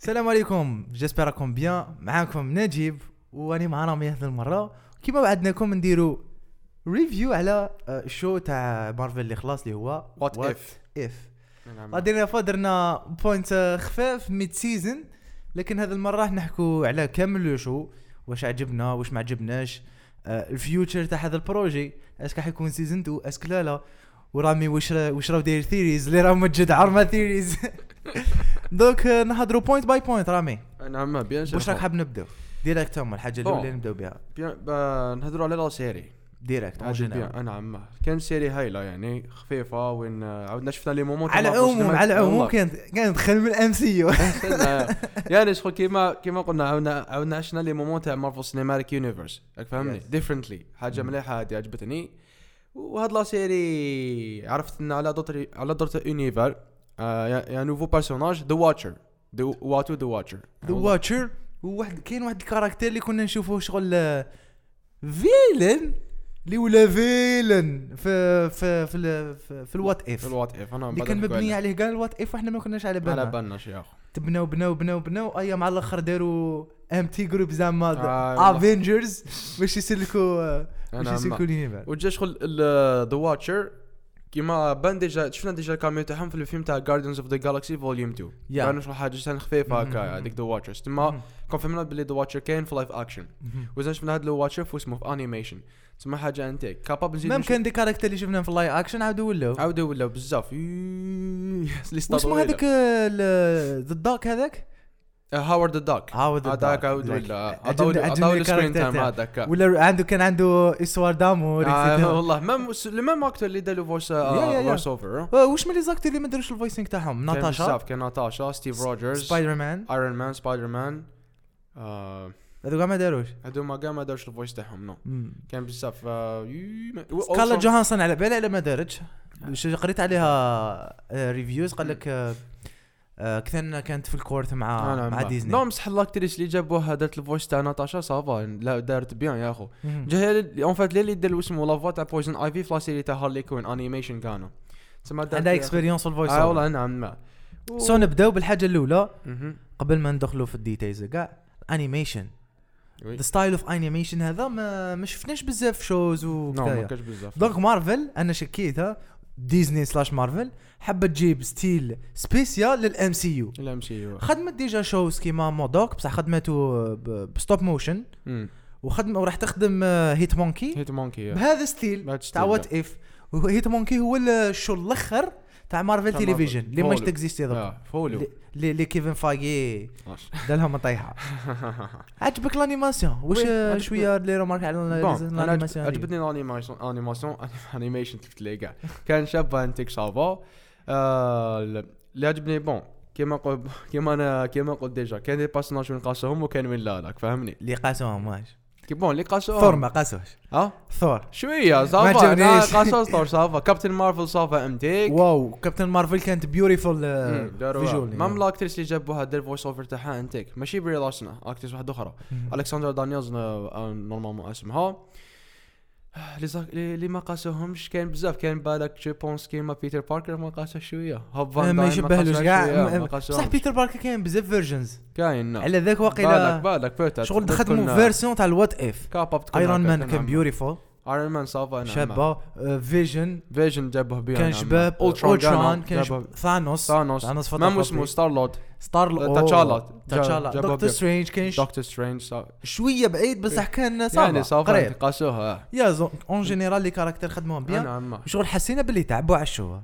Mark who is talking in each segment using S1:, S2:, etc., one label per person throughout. S1: السلام عليكم جيسبر راكم بيان معاكم نجيب واني مع رامي هذه المره كيما وعدناكم نديروا ريفيو على آه، الشو تاع مارفل اللي خلاص اللي هو
S2: What If.
S1: اف لا
S2: نعم
S1: ديرنا درنا بوينت آه، خفاف ميد سيزون لكن هذه المره راح نحكوا على كامل لو شو واش عجبنا واش ما عجبناش آه، الفيوتشر تاع هذا البروجي اسك راح يكون سيزون 2 اسك لا لا ورامي واش را- واش راه داير ثيريز اللي راه مجد عرما ثيريز دوك آه، نهضروا بوينت باي بوينت رامي
S2: نعم بيان
S1: واش راك حاب نبداو ديريكت هما الحاجه
S2: بون.
S1: الاولى نبداو بها
S2: بيان با- نهضروا على لا سيري
S1: ديريكت اون جينيرال
S2: بيان نعم كان سيري هايله يعني خفيفه وين آه، عاودنا شفنا لي مومون
S1: على العموم على العموم كانت كانت خير من الام سي يو
S2: يعني شغل كيما كيما قلنا عاودنا عاودنا عشنا لي مومون تاع مارفل سينيماتيك يونيفرس راك فهمني
S1: Yes.
S2: ديفرنتلي حاجه مليحه هذه عجبتني وهاد لا سيري عرفت لنا على دوتر على دوتر يونيفر آه، يا يا نوفو بيرسوناج ذا واتشر ذا واتو ذا واتشر
S1: ذا واتشر وواحد كاين واحد الكاركتير اللي كنا نشوفوه شغل آه، فيلن اللي ولا فيلن في في في, ال- في, في الوات اف
S2: الوات اف انا من
S1: اللي
S2: بعد
S1: كان
S2: نحكوا
S1: مبني
S2: عليه.
S1: عليه كاع الوات اف واحنا ما كناش على
S2: على
S1: بالنا
S2: بالنا يا اخو
S1: تبناو بناو بناو بناو ايا مع الاخر داروا ام تي جروب زعما
S2: آه، والله.
S1: افنجرز باش يسلكوا آه،
S2: أنا
S1: باش
S2: عما.
S1: يسلكوا لينيفر
S2: وجا شغل ذا واتشر كيما بان ديجا شفنا ديجا الكاميو تاعهم في الفيلم تاع جاردنز اوف ذا جالكسي فوليوم 2
S1: Yeah.
S2: كانوا يعني شغل حاجه سان خفيفه
S1: مهم.
S2: هكا هذيك ذا واتشر تما كونفيرمنا بلي ذا واتشر كاين في لايف اكشن وزين شفنا هذا ذا واتشر في اسمه في انيميشن تما حاجه انتيك كاباب نزيد
S1: ميم كان دي كاركتير اللي شفناهم في اللايف اكشن عاودوا ولاو
S2: عاودوا ولا بزاف إيه، لي
S1: واسمو
S2: ستاتوي
S1: هذاك آه،
S2: ولا.
S1: ذا داك هذاك
S2: آه، هاورد الداك
S1: هاورد
S2: هذاك
S1: الداك،
S2: عاود
S1: ذاك.
S2: ولا
S1: عجبني-
S2: عطاو له-
S1: عجبني
S2: عطاو له
S1: الكاركتر
S2: سكرين تايم
S1: تاعه.
S2: هذاك
S1: ولا عنده كان عنده اسوار دامور
S2: آه،
S1: etc.
S2: والله ميم ميم اكتر اللي دار له فويس
S1: Yeah, yeah, yeah.
S2: فويس اوفر
S1: آه، واش من لي زاكتور اللي ما داروش الفويسينغ تاعهم
S2: كاين
S1: ناتاشا
S2: بزاف كاين ناتاشا ستيف روجرز
S1: سبايدر مان
S2: ايرون مان سبايدر مان آه،
S1: هذو كاع ما داروش
S2: هذوما كاع ما دارش الفويس تاعهم نو كان بزاف آه، يي- ما- و- آه.
S1: سكارلا
S2: also-
S1: جوهانسون على بالي على ما دارتش واش قريت عليها ريفيوز قال لك آه، آه، كثر كانت في الكورت مع
S2: أنا
S1: آه، مع
S2: ما-
S1: ديزني
S2: نو مسح الاكتريس اللي جابوها دارت الفويس تاع ناتاشا سافا لا دارت بيان يا اخو
S1: مم.
S2: جا اون فات لي اللي دار اسمه لافوا تاع بويزن ايفي في لا سيري تاع هارلي كوين انيميشن كانوا تسمى دارت
S1: عندها آه. اكسبيريونس في الفويس
S2: اه والله نعم ما و-
S1: سو نبداو بالحاجه الاولى
S2: مهم.
S1: قبل ما ندخلوا في الديتيلز كاع انيميشن
S2: وي.
S1: ذا ستايل اوف انيميشن هذا ما ما شفناش بزاف شوز
S2: نو ما
S1: وكذا
S2: كانش بزاف
S1: دونك مارفل انا شكيتها ديزني سلاش مارفل حابه تجيب ستيل سبيسيال للام سي يو
S2: لا مشي
S1: خدمت ديجا شوز كيما مودوك بصح خدمته ب- بستوب موشن وخدم وراح تخدم آه، هيت مونكي
S2: هيت مونكي
S1: بهذا ستيل
S2: بهذا
S1: تاع
S2: ستيل،
S1: وات اف هيت مونكي هو ال- الشو الاخر تاع مارفل
S2: تاع
S1: تيليفيجن
S2: مارفل. آه،
S1: اللي ماش
S2: فولو.
S1: تكزيستي دوك
S2: فولو
S1: اللي اللي كيفن فايي
S2: ماشي.
S1: دالهم طيحه عجبك الانيماسيون
S2: وي،
S1: واش
S2: عجبني.
S1: شويه دير ريمارك على ال-
S2: بون انا عجب-
S1: الانيماسيون هذه؟
S2: عجبتني الانيماسيون انيماسيون انيميشن تلفت لي كاع كان شاب انتيك سافا آه، ال- اللي عجبني بون كيما قل كيما انا كيما قلت ديجا كان دي باسوناج وين قاسوهم وكان وين لا راك فاهمني
S1: اللي قاسوهم واش
S2: كي بون اللي قاسوهم
S1: ثور ما قاسوش
S2: ها
S1: ثور
S2: شويه
S1: ما
S2: صافا انا
S1: عجبنيش.
S2: قاسو ستور صافا كابتن مارفل صافا امتيك
S1: واو كابتن مارفل كانت بيوتيفول
S2: Hmm,
S1: فيجوال
S2: مام الاكتريس اللي جابوها دير فويس اوفر تاعها انتيك ماشي بري لارسن اكتريس واحده اخرى الكسندر دانييلز آه، نورمالمون اسمها لي زاك- لي لي ما قاسوهمش كان بزاف كان بالك جو بونس كيما بيتر باركر ما قاسه شويه هوب فان دايم
S1: آه، ما يشبهلوش
S2: قاسها
S1: كاع
S2: شوية، ما
S1: أم- بصح
S2: قاسوهمش.
S1: بيتر باركر كاين بزاف فيرجنز
S2: كاين نعم.
S1: على ذاك
S2: بالك
S1: واقيلا
S2: بالك بوتات
S1: شغل خدموا فيرسيون تاع الوات اف
S2: كاباب تكون
S1: ايرون مان كان بيوتيفول
S2: ايرون مان صافا
S1: شابه فيجن
S2: فيجن جابوه بيان
S1: كان شباب اولترون كان شب- ثانوس
S2: ثانوس
S1: ثانوس فترة
S2: مام اسمه ستار لورد
S1: ستار
S2: تاتشالا.
S1: تاتشالا
S2: جابوه
S1: دكتور
S2: بيب.
S1: سترينج كان ش-
S2: دكتور سترينج
S1: شويه بعيد بصح كان
S2: يعني
S1: صافا
S2: صافا
S1: قريب
S2: قاسوها
S1: يا زون اون جينيرال لي كاركتير خدموهم بيان
S2: نعم
S1: شغل حسينا باللي تعبوا على الشو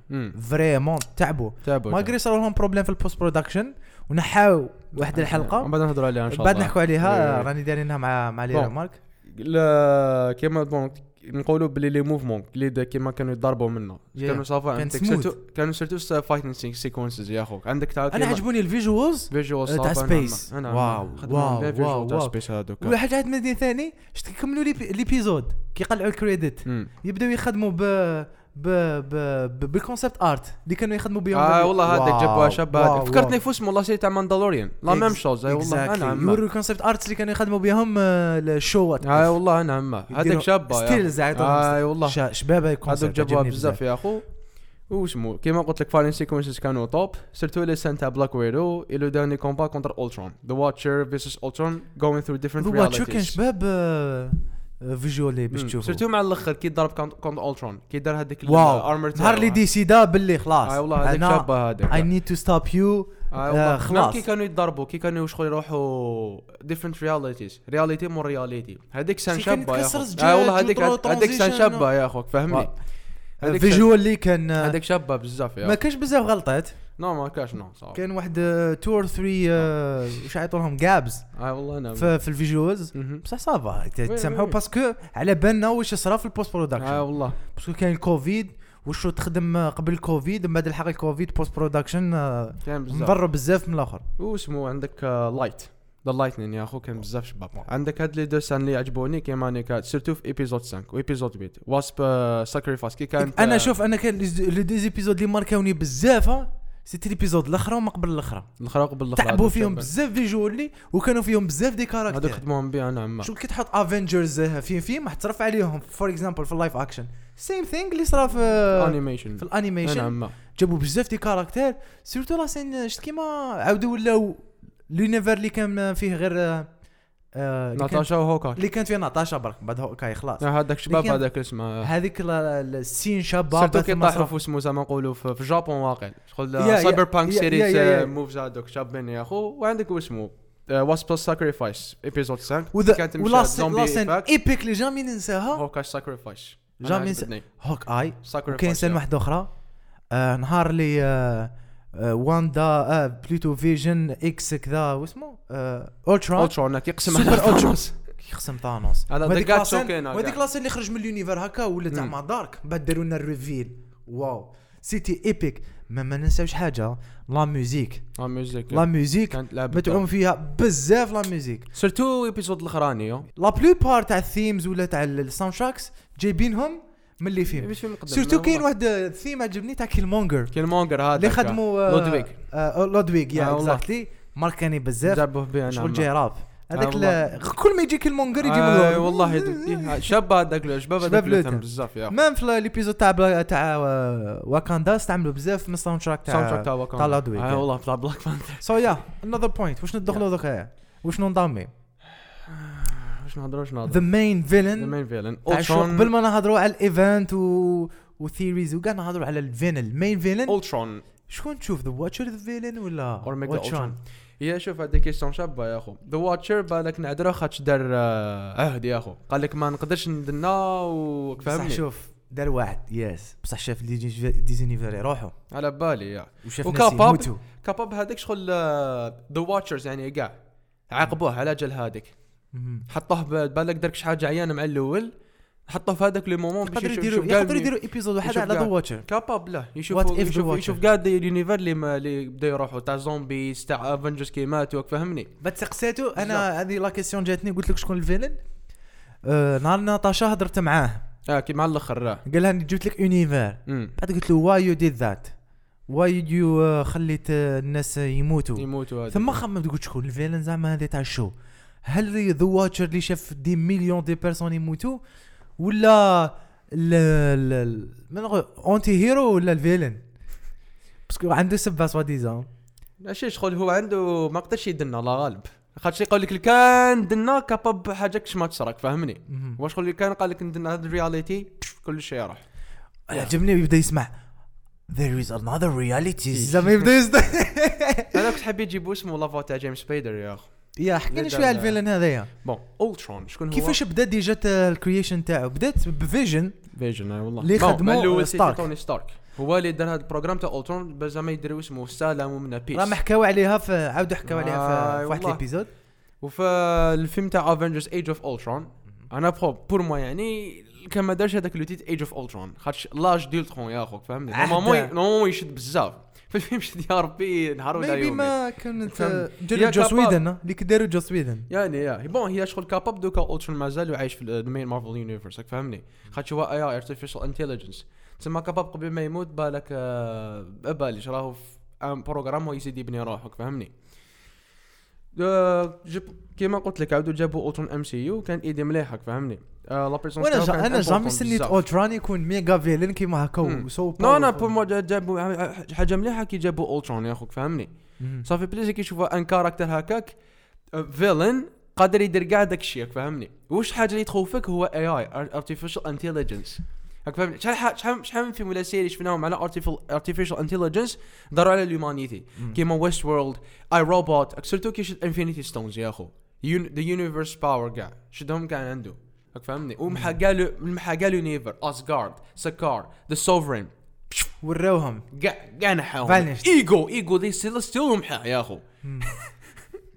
S1: فريمون تعبوا
S2: تابو
S1: مالغري صار لهم بروبليم في البوست برودكشن ونحاو واحد الحلقه
S2: من بعد نهضروا عليها ان شاء الله
S1: بعد نحكوا عليها
S2: إيه.
S1: راني دايرينها مع مع لي
S2: بون.
S1: ريمارك
S2: لا كيما بون نقولوا بلي لي موفمون اللي دا- كيما كانوا يضربوا منه
S1: Yeah.
S2: كانوا صافا
S1: كان
S2: عندك
S1: smooth.
S2: سيرتو كانوا سيرتو فايتنج سيكونسز يا خوك عندك تاع
S1: انا عجبوني الفيجوالز
S2: فيجوال
S1: آه،
S2: نعم،
S1: تاع space. واو، واو، واو،
S2: تاع
S1: واو.
S2: سبيس هذوك
S1: وواحد عاد مدي ثاني شت كملوا لي ليبيزود كيقلعوا الكريدت
S2: مم.
S1: يبداو يخدموا ب ب ب ب- بالكونسيبت ارت اللي كانوا يخدموا بهم
S2: اه والله هذاك جابوها شابه هذاك فكرتني
S1: في
S2: في اسمه لا سيري تاع ماندالوريان لا ميم شوز اي والله نعم. انا
S1: يوروا
S2: عما
S1: الكونسيبت ارتس اللي كانوا يخدموا بهم آه، الشوات
S2: اه والله انا عما هذاك شابه يا
S1: ستيلز
S2: آه، والله.
S1: شباب
S2: هذوك
S1: الكونسيبت
S2: جابوها بزاف يا اخو وسمو كيما قلت لك فاينل سيكونسز كانوا توب سيرتو لي سان تاع بلاك ويدو لو داني كومبا كونتر اولترون ذا واتشر فيرسس اولترون جوين ثرو ديفرنت
S1: ذا واتشر كان شباب آه، آه، فيجولي باش تشوفوا
S2: سيرتو مع الاخر كي ضرب كونتر اولترون كي دار هذيك
S1: واو.
S2: الارمر
S1: نهار اللي ديسيدا باللي خلاص
S2: اي آه، والله هذاك
S1: انا
S2: شابه هذاك
S1: اي نيد تو ستوب يو
S2: آه
S1: آه،
S2: والله خلاص
S1: خلاص.
S2: كي كانوا يتضربوا كي كانوا شغل يروحوا ديفرنت رياليتيز رياليتي مور رياليتي هذيك سان
S1: سي كان
S2: شابه يا
S1: يتكسر
S2: اخوك
S1: زجاج
S2: آه والله هذيك
S1: ويطلعوا
S2: هذيك سان
S1: transition.
S2: شابه يا اخوك فهمني
S1: آه.
S2: هذيك
S1: فيجولي كان آه،
S2: هذيك شابه بزاف يا
S1: ما
S2: أخوك.
S1: كانش بزاف غلطات
S2: نو ما كاش نعم، نو صعب
S1: كان واحد آه، 2 اور 3 آه، واش يعيطوا لهم جابز
S2: اي آه، والله نعم. انا
S1: في في الفيجوالز
S2: مهم.
S1: بصح صافا
S2: وي-
S1: تسامحوا
S2: وي.
S1: باسكو على بالنا واش صرا في البوست
S2: اي
S1: برودكشن
S2: آه، والله
S1: باسكو كان الكوفيد وشو تخدم آه، قبل الكوفيد من بعد الحق الكوفيد بوست برودكشن آه،
S2: كان بزاف
S1: نضروا بزاف من الاخر
S2: واسمو عندك آه، لايت ذا لايتنين يا اخو
S1: آه.
S2: كان بزاف شباب عندك هاد لي دو سان اللي عجبوني كيما انا كات سيرتو في ايبيزود 5 وايبيزود 8 واسب ساكريفايس آه، كي كانت
S1: انا
S2: آه،
S1: شوف انا كان لي ديزيبيزود اللي ماركاوني بزاف آه، سيتي ليبيزود الاخر وما قبل الاخر
S2: الخراق بالخراق
S1: تعبوا فيهم بزاف يعني. فيجولي وكانوا فيهم بزاف دي
S2: هذوك
S1: كاركتر
S2: خدموهم بها نعم
S1: شو كي تحط افنجرز في فيلم حترفع عليهم فور اكزامبل في اللايف اكشن سيم ثينغ اللي صرا في
S2: انيميشن
S1: آه، في الانيميشن
S2: نعم
S1: جابوا بزاف دي كاركتير سيرتو لا سين شفت كيما عاودوا ولاو لونيفر اللي كان فيه غير آه، آه، اللي كان-
S2: ناتاشا وهوكاي
S1: اللي كانت فيه ناتاشا برك بعد هوكاي خلاص
S2: آه، هذاك شباب
S1: لكن-
S2: هذاك اسمه آه،
S1: هذيك ال- ال- السين شابه
S2: سيرتو
S1: بعد
S2: كي
S1: ما
S2: طاحوا
S1: صرا-
S2: في اسمه زعما نقولوا في في الجابون واقع شغل
S1: يا- يا-
S2: سايبر بانك
S1: يا- يا-
S2: سيريز
S1: يا- يا.
S2: موفز هذوك شابين يا اخو وعندك واسمه واسب ساكريفايس ابيزود 5
S1: وذا-
S2: كانت مشات
S1: ولا سين
S2: زومبي
S1: لا سين
S2: إيفاكت.
S1: ايبيك اللي جامي ننساها
S2: هوكاي ساكريفايس
S1: جامي ننسى- هوك اي وكاين
S2: ساكريفايس
S1: سين واحده اخرى آه نهار اللي آه آه واندا آه بلوتو فيجن اكس كذا واسمه آه اولترا
S2: اولترون يقسم
S1: سوبر
S2: على
S1: أولترون.
S2: ثانوس.
S1: يخصم ثانوس
S2: هذا
S1: وهذيك
S2: دقات
S1: لاسين-
S2: سوكينة
S1: وهذيك
S2: كاع.
S1: لاسين اللي خرج من اليونيفر هكا ولات زعما دارك بعد داروا لنا الريفيل واو سيتي ايبيك ما, ما ننساوش حاجه لا ميوزيك
S2: آه، ميوزيك
S1: لا ميوزيك
S2: كانت لعبه
S1: متعوم فيها بزاف لا ميوزيك
S2: سيرتو ايبيزود الاخراني يو.
S1: لا بلو بار تاع الثيمز ولا تاع الساوند تراكس جايبينهم من اللي فيلم
S2: مش فيلم مقدم،
S1: سورتو
S2: لا
S1: كاين
S2: والله.
S1: واحد الثيم عجبني تاع كيلمونجر
S2: كاين مونجر هذا
S1: اللي خدموا آه،
S2: لودفيك
S1: آه لودويك
S2: آه
S1: يا
S2: والله.
S1: اكزاكتلي ماركاني بزاف
S2: جابوه بها
S1: شغل
S2: نعم
S1: جاي راب هذاك
S2: والله.
S1: ال- كل ما يجي كيلمونجر يجي
S2: آه،
S1: من
S2: والله يدك شاب هذاك الشباب
S1: شباب
S2: هذاك اللي
S1: لوتن.
S2: فهم بزاف يا
S1: مام في ليبيزود تاع بلا- تاع آه، واكاندا استعملوا بزاف من الساوند تراك تاع
S2: ساوند تراك تاع واكان
S1: تاع لودويك
S2: اه والله تاع بلاك بانثر
S1: سو يا انذر بوينت واش ندخلوا ذوك واش نضامي
S2: واش نهضروا واش نهضروا
S1: ذا مين فيلن
S2: المين فيلن
S1: تاع الشغل قبل ما نهضروا على الايفنت و وثيريز وكاع نهضروا على الفيلن المين فيلن
S2: اولترون
S1: شكون تشوف ذا واتشر ذا فيلن ولا
S2: اور ميجا
S1: Watcher؟
S2: اولترون يا شوف هذه كيسيون شابه يا اخو ذا واتشر بالك نعذره خاطش دار آه، عهد يا اخو قال لك ما نقدرش
S1: بصح
S2: ندنا وفهمني
S1: شوف دار واحد يس بصح شاف لي ديزينيفير يروحوا
S2: على بالي يا
S1: وشاف ناس
S2: وكاباب.
S1: يموتوا
S2: كاباب هذاك شغل ذا واتشرز يعني كاع عاقبوه على جل هذيك
S1: مهم.
S2: حطوه ب- بالك درك شي حاجه عيانه مع الاول حطوه في هذاك لو مومون باش
S1: يقدروا
S2: يشوف-
S1: يديروا
S2: يشوف قال
S1: يقدروا
S2: مين.
S1: يديروا ايبيزود واحد
S2: يشوف
S1: على ذا
S2: قاع.
S1: واتشر
S2: كاباب لا
S1: What if
S2: يشوف
S1: the
S2: يشوف
S1: Watcher؟
S2: يشوف كاع دي اليونيفر اللي ما اللي بدا يروحوا تاع زومبيز تاع افنجرز كي ماتوا فهمني
S1: بعد سقسيتو انا هذه لا كيسيون جاتني قلت لك شكون الفيلن آه، نهار ناتاشا هضرت معاه
S2: اه كيما على الاخر راه
S1: قال لها أنا جبت لك يونيفير
S2: أمم.
S1: بعد قلت له واي يو ديد ذات واي يو خليت آه، الناس يموتوا
S2: يموتوا هذا
S1: ثم خمم تقول شكون الفيلن زعما هذا تاع الشو هل ذا واتشر اللي شاف دي مليون دي بيرسون يموتوا ولا ال ال من اونتي هيرو ولا الفيلن باسكو عنده سبه سوا ديزون
S2: ماشي شغل هو عنده ما قدرش يدنا الله غالب خاطر يقول لك كان دنا كاباب حاجه كش ما تشرك فهمني واش شغل اللي كان قال لك ندنا هذا الرياليتي كل شيء يروح
S1: عجبني يبدا يسمع there is another reality زعما يبدا يصدق
S2: انا كنت حاب يجيبوا اسمه لافو تاع جيمس بيدر يا اخو
S1: يا حكي لنا
S2: نبدأ
S1: شويه على
S2: ن-
S1: الفيلن هذايا
S2: بون اولترون شكون هو
S1: كيفاش بدا دي جات الكرييشن تاعو بدات بفيجن
S2: فيجن اي والله
S1: اللي
S2: بون،
S1: خدموا
S2: ما الأول
S1: ستارك.
S2: سيتي توني ستارك هو اللي دار هذا البروجرام تاع اولترون باش زعما يديروا اسمه سلام ومنا بيس
S1: راهم حكاو عليها في عاودوا حكاو عليها في-
S2: آي
S1: في واحد
S2: والله.
S1: الابيزود
S2: وفي الفيلم تاع افنجرز ايج اوف اولترون انا برو بور موا يعني كان ما دارش هذاك لو تيت ايج اوف اولترون خاطش لاج ديلترون يا اخوك فهمني
S1: عهد.
S2: نورمالمون نورمالمون يشد بزاف في الفيلم شد يا ربي نهار ولا
S1: ميبي
S2: يومين
S1: ما كانت
S2: فهم.
S1: ديروا
S2: هي
S1: جو
S2: كاباب.
S1: سويدن اللي كداروا جو سويدن
S2: يعني يا بون هي شغل كاباب دوكا اولترون مازال عايش في المين مارفل يونيفرس فهمني خاطش هو اي ارتفيشال انتليجنس تسمى كاباب قبل ما يموت بالك آه، باليش راهو في ان بروغرام هو يزيد يبني روحك فهمني آه، جب كيما قلت لك عاودوا جابوا اوتون ام سي يو كانت ايدي مليحه فاهمني آه، لا بيرسون
S1: وانا
S2: تاعو
S1: جا
S2: كانت
S1: انا
S2: important
S1: جامي سنيت
S2: بزاف.
S1: اولتران يكون ميغا فيلن كيما هكا
S2: مم.
S1: وسو
S2: نو انا بور مو جا- جابوا ح- حاجه مليحه كي جابوا اولترون يا خوك فاهمني صافي بليزي كي يشوفوا ان كاركتر هكاك آه، فيلن قادر يدير كاع داك الشيء راك فاهمني واش الحاجه اللي تخوفك هو اي اي ارتفيشال انتليجنس راك فاهمني شحال ح- شحال شحال من فيلم ولا سيري شفناهم على ارتفيشال انتليجنس داروا على الهيومانيتي كيما ويست وورلد اي روبوت سيرتو كي شد انفينيتي ستونز يا اخو ذا يونيفرس باور كاع شدهم كاع عنده راك فاهمني ومحا كاع لو- محا كاع اليونيفر اسغارد سكار ذا سوفرين
S1: وراوهم
S2: كاع كاع نحاهم
S1: Vanished.
S2: ايجو ايجو ذي سيلستيو محا يا اخو
S1: مم.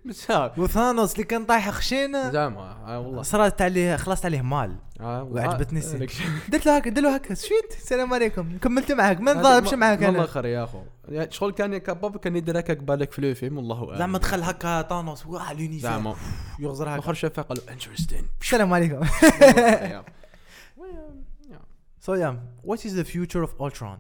S2: بزاف
S1: وثانوس اللي كان طايح خشينه
S2: زعما آه والله
S1: صرات عليه خلصت عليه مال
S2: آه والله.
S1: وعجبتني السي-
S2: هذاك الشيء.
S1: درت له هكا درت له هكا شفت السلام عليكم كملت معاك ما
S2: هذاك
S1: نضاربش
S2: م-
S1: معاك
S2: من
S1: انا
S2: الاخر يا اخو يعني شغل كان كباب كان يدير هكاك بالك في الفيلم والله اعلم
S1: زعما دخل هكا طانوس واه لونيفير
S2: زعما
S1: يغزر هكا
S2: الاخر شافها قال انترستين
S1: السلام عليكم سو يام وات از ذا فيوتشر اوف اولترون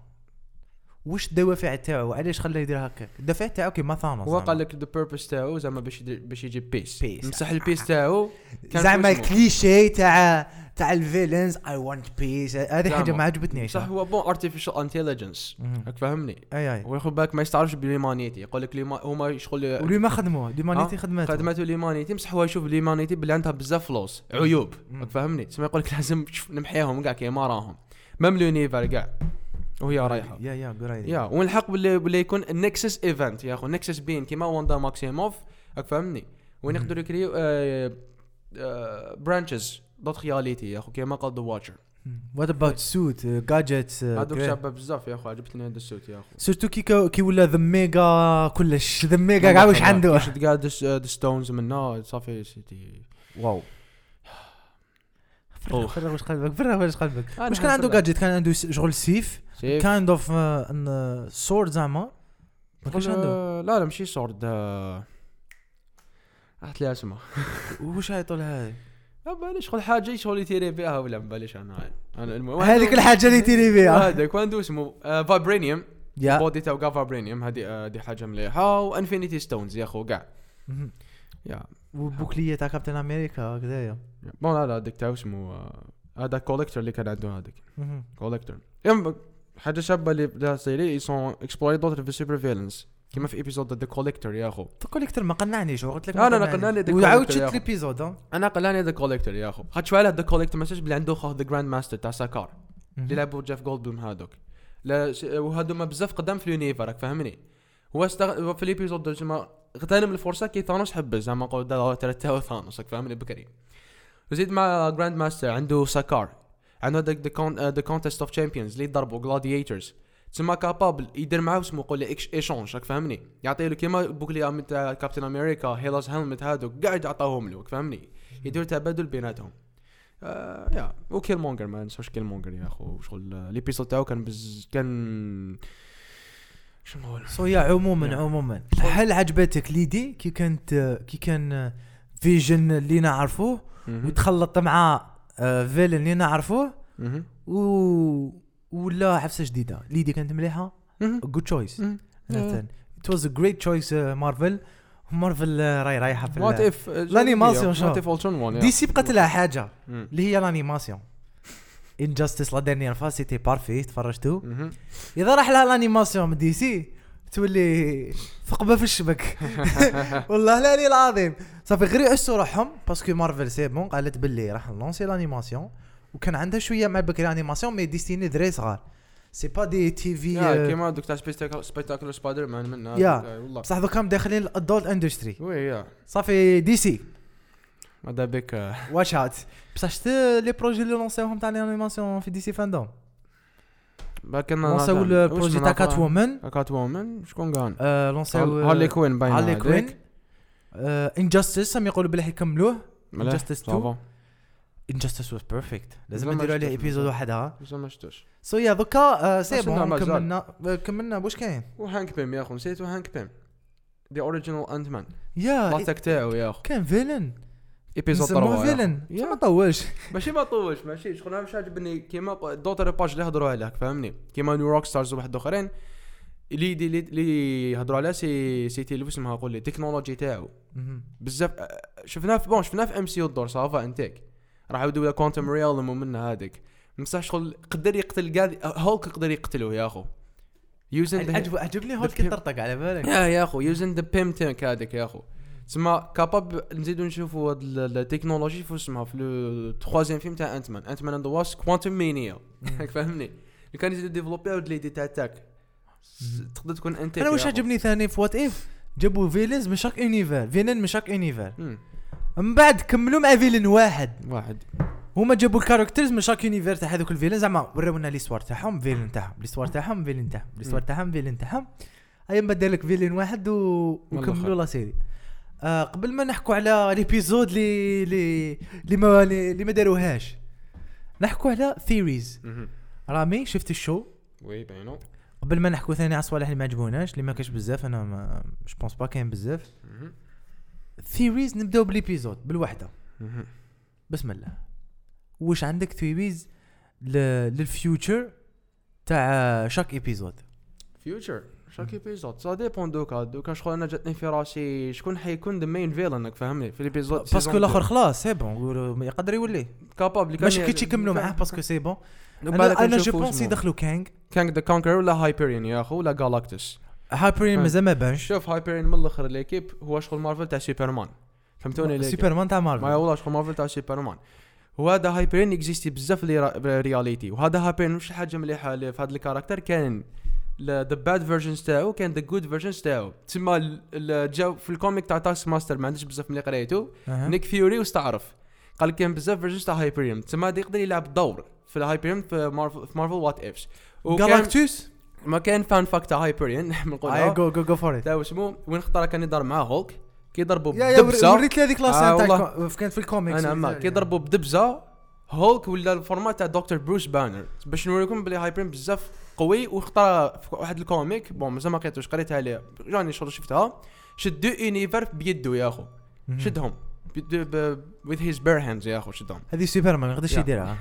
S1: وش الدوافع تاعو علاش خلاه يدير هكاك الدافع تاعو كيما ثانوس
S2: هو
S1: زعما.
S2: قال لك ذا بيربس تاعو زعما باش يدير- باش يجيب بيس
S1: Peace.
S2: مسح البيس تاعو كان
S1: زعما
S2: شو اسمه؟
S1: الكليشيه تاع تاع الفيلنز اي ونت بيس هذه حاجه
S2: زعما.
S1: ما عجبتنيش
S2: صح هو بون ارتفيشال انتليجنس
S1: مهم.
S2: راك فاهمني
S1: اي اي
S2: وياخذ بالك ما يستعرفش باليمانيتي يقول لك ليما- هما شغل
S1: ولي ما خدموه ديما نيتي
S2: آه،
S1: خدمته
S2: خدمته ليمانيتي بصح هو يشوف ليمانيتي باللي عندها بزاف فلوس عيوب
S1: مم.
S2: راك فاهمني تسمى يقول لك لازم شوف نمحيهم كاع كيما راهم مام لونيفر كاع وهي رايحه
S1: يا يا قريب
S2: يا ونلحق باللي باللي يكون النكسس ايفنت يا اخو نكسس بين كيما واندا ماكسيموف راك فاهمني وين
S1: مم.
S2: يقدروا يكريو برانشز دوت رياليتي يا اخو كيما قال ذا واتشر
S1: وات اباوت سوت جادجتس
S2: هذوك شابه بزاف يا اخو عجبتني هذا السوت يا اخو
S1: سيرتو uh, كي كا- كي ولا ذا ميغا كلش ذا ميغا كاع واش عنده
S2: شد قاعد ذا ستونز منه صافي سيتي
S1: واو فرغ
S2: أوه.
S1: فرغ واش قلبك فرغ واش قلبك
S2: أنا إيه.
S1: واش كان عنده
S2: نفرغ.
S1: جادجت كان عنده س- شغل سيف uh,
S2: سيف.
S1: كايند اوف ان سورد زعما ما كانش
S2: قول-
S1: عنده
S2: لا لا ماشي سورد آه، راحت لي اسمها
S1: وش هاي طول هاي
S2: ما باليش شغل حاجه شغل يتيري بها ولا ما باليش انا انا المهم
S1: هذيك الحاجه اللي تيري بها
S2: هذاك وعنده اسمه آه، فايبرينيوم
S1: يا
S2: بودي تاعو كاع فايبرينيوم هذه آه، هذه حاجه مليحه وانفينيتي ستونز يا خو كاع
S1: مهم.
S2: يا
S1: والبوكليه تاع كابتن امريكا هكذايا
S2: يا. بون لا لا هذاك تاعو اسمه آه، هذا كوليكتور اللي كان عنده هذاك
S1: مهم.
S2: كوليكتور يم حاجه شابه اللي بدها سيري يسون اكسبلوري دوتر في سوبر فيلنس كيما في ايبيزود ذا كوليكتور يا خو
S1: تقول لك ترى ما قنعنيش قلت لك
S2: آه، لا، لا، لا،
S1: قنعني.
S2: قنعني ديك
S1: وعاود
S2: الوقت
S1: شفت
S2: ياخو.
S1: الابيزود ها
S2: انا قلاني ذا كوليكتور يا اخو خاطش علاه ذا كوليكتور ما اللي عنده خوه ذا جراند ماستر تاع ساكار اللي لعبوا جيف جولدبلوم هذوك لا ش- وهذوما بزاف قدام في اليونيفر راك فاهمني هو استغ... هو في الابيزود زعما اغتنم الفرصه كي ثانوس حبس زعما قول دا- ترى تاو ثانوس راك فاهمني بكري وزيد مع جراند ماستر عنده ساكار عنده هذاك ذا كونتست اوف تشامبيونز اللي ضربوا جلاديترز تسمى كابابل يدير معاه اسمه يقول له ايشونج راك فاهمني يعطي له كيما بوكلي تاع كابتن امريكا هيلاس هيلمت هذوك قاعد عطاهم له راك فاهمني يدير تبادل بيناتهم آه يا وكيل مونجر ما ننساوش كيل مونجر يا اخو شغل آه، ليبيسود تاعو كان بز كان شنو نقول
S1: سو يا عموما
S2: Yeah.
S1: عموما هل عجبتك ليدي كي كانت كي كان فيجن اللي نعرفوه وتخلط مع آه، فيلن اللي نعرفوه
S2: مهم.
S1: و ولا عفسه جديده ليدي كانت مليحه
S2: مهم.
S1: جود تشويس
S2: مهم.
S1: ات واز ا جريت تشويس آه، مارفل مارفل آه، راي رايحه في
S2: وات
S1: ال-
S2: اف
S1: الأنيماسيون شنو؟
S2: وات اف اولتون وان
S1: دي سي بقت لها حاجه اللي هي الانيماسيون انجاستيس لا ديرنيير فا سيتي بارفي تفرجتو اذا راح لها الانيماسيون من دي سي تولي ثقبه في الشبك والله لا لي العظيم صافي غير يحسوا روحهم باسكو مارفل سي بون قالت باللي راح نلونسي الانيماسيون وكان عندها شويه مع بكري انيماسيون مي ديستيني دري صغار سي با دي تي في
S2: كيما دوك تاع سبيتاكل سبايدر مان من هذوك،
S1: يا.
S2: آه، والله
S1: بصح دوكا داخلين الادولت اندستري
S2: وي يا
S1: صافي دي سي
S2: هذا بك آه،
S1: واتش اوت بصح شفت لي بروجي اللي لونسيوهم تاع الانيماسيون في دي سي فاندوم
S2: لكن أنا-
S1: لونسيو
S2: وش
S1: البروجي تاع
S2: نعرفها؟
S1: كات وومن آه،
S2: كات وومن شكون كان
S1: لونسيو
S2: هارلي كوين باين
S1: هارلي
S2: هذيك.
S1: كوين انجاستيس آه، هم يقولوا بلي حيكملوه
S2: مليح،
S1: Injustice 2.
S2: برافو.
S1: انجستيس واز بيرفكت لازم
S2: زعما
S1: نديروا عليه
S2: شفت
S1: ايبيزود
S2: الفيلم.
S1: وحدها
S2: بس ما شفتوش
S1: سو يا دوكا آه، سي
S2: بس إنه
S1: بون
S2: مازال.
S1: كملنا آه، كملنا واش كاين
S2: وهانك بيم يا اخو نسيت هانك بيم ذا اوريجينال انت مان
S1: يا
S2: لاتاك تاعو يا اخو
S1: كان فيلن
S2: ايبيزود
S1: نسموه
S2: 3 يا أخو.
S1: فيلن
S2: يا.
S1: ما طولش
S2: ماشي ما طولش ماشي شغل انا مش عاجبني كيما ب- دوتر باج اللي هضروا عليها فاهمني كيما نيو روك ستارز وواحد اخرين اللي اللي اللي يهضروا عليها سي سيتي اللي اسمها قول لي التكنولوجي تاعو
S1: مهم.
S2: بزاف آه، شفناه في بون شفناه في ام سي الدور صافا انتيك راح يبدو ولا كوانتم ريال ومنها هذيك بصح شغل قدر يقتل قاعد هولك قدر يقتله يا اخو يوزن the-
S1: عجب عجبني هولك
S2: بالكم-
S1: يطرطق على بالك
S2: يا يا اخو يوزن ذا بيم تانك هذاك يا اخو تسمى كاباب نزيدو نشوفوا هاد ال- التكنولوجي في اسمها في لو تخوازيام فيلم تاع انت مان انت مان اند واس كوانتم مانيا فاهمني لو كان يزيدو ديفلوبي هاد ليدي تاع تاك س- تقدر تكون انت
S1: انا واش عجبني ثاني في وات ايف جابوا فيلنز من شاك اونيفر فيلن من شاك اونيفر من بعد كملوا مع فيلن واحد
S2: واحد
S1: هما جابوا الكاركترز من شاك يونيفير تاع هذوك الفيلن زعما ورونا ليستوار تاعهم فيلن تاعهم ليستوار تاعهم فيلن تاعهم ليستوار
S2: مم.
S1: تاعهم فيلن تاعهم اي من دار لك فيلن واحد و... وكملوا
S2: الآخر.
S1: لا سيري آه قبل ما نحكوا على ليبيزود اللي اللي اللي ما اللي ما داروهاش نحكوا على ثيريز رامي شفت الشو
S2: وي باينو
S1: قبل ما نحكوا ثاني على الصوالح اللي ما عجبوناش اللي ما كاش بزاف انا ما جو بونس با كاين بزاف ثيريز نبداو بالليبيزود بالوحده بسم الله واش عندك ثيريز للفيوتشر تاع شاك ايبيزود
S2: فيوتشر شاكي بيزود سا ديبون دوكا دوكا شغل انا جاتني في راسي شكون حيكون ذا مين فيلنك فهمني في ليبيزود
S1: باسكو الاخر خلاص سي بون يقدر يولي
S2: كابابل
S1: ماشي كي تيكملوا معاه باسكو سي بون
S2: بالك
S1: انا جو
S2: نشوفوا
S1: بونس
S2: اسمه.
S1: يدخلوا كانغ
S2: كانج ذا كونكر ولا هايبيريون يا اخو ولا جالاكتس
S1: هايبرين
S2: آه.
S1: مازال ما بانش
S2: شوف هايبيريون من الاخر ليكيب هو شغل مارفل تاع سوبرمان فهمتوني ليكيب
S1: سوبرمان تاع
S2: ما
S1: مارفل
S2: والله شغل مارفل تاع سوبرمان وهذا هايبيريون اكزيستي بزاف لي را- رياليتي وهذا هايبيريون مش حاجه مليحه اللي في هذا الكاركتر كان ذا باد فيرجنز تاعو كان ذا جود فيرجنز تاعو تسمى ال- ال- جا في الكوميك تاع تاكس ماستر ما عنديش بزاف من اللي قريته
S1: أها.
S2: نيك فيوري واستعرف قال لك كان بزاف فيرجنز تاع هايبيريون تسمى هذا يقدر يلعب دور في الهايبيريون في مارفل في مارفل وات افس وكان آه.
S1: جالاكتوس
S2: ما كان فان فاك تاع هايبيريون
S1: اي
S2: نقولها
S1: جو جو جو فور ات
S2: تاع اسمه وين اختار كان يضرب معاه هولك كي ضربوا
S1: يا يا ور-
S2: بدبزه
S1: وريت لي هذيك
S2: آه،
S1: لاسين تاع
S2: والله.
S1: الكو- كانت في الكوميكس
S2: انا اما كي ضربوا بدبزه هولك ولا الفورمات تاع دكتور بروس بانر باش نوريكم بلي هايبيريون بزاف قوي واختار في واحد الكوميك بون مازال ما قريتوش قريتها لي راني شغل شفتها شد دو اونيفر بيدو يا اخو
S1: مهم.
S2: شدهم وذ هيز بير هاندز يا اخو شدهم
S1: هذه سوبرمان ما يقدرش
S2: يا.
S1: يديرها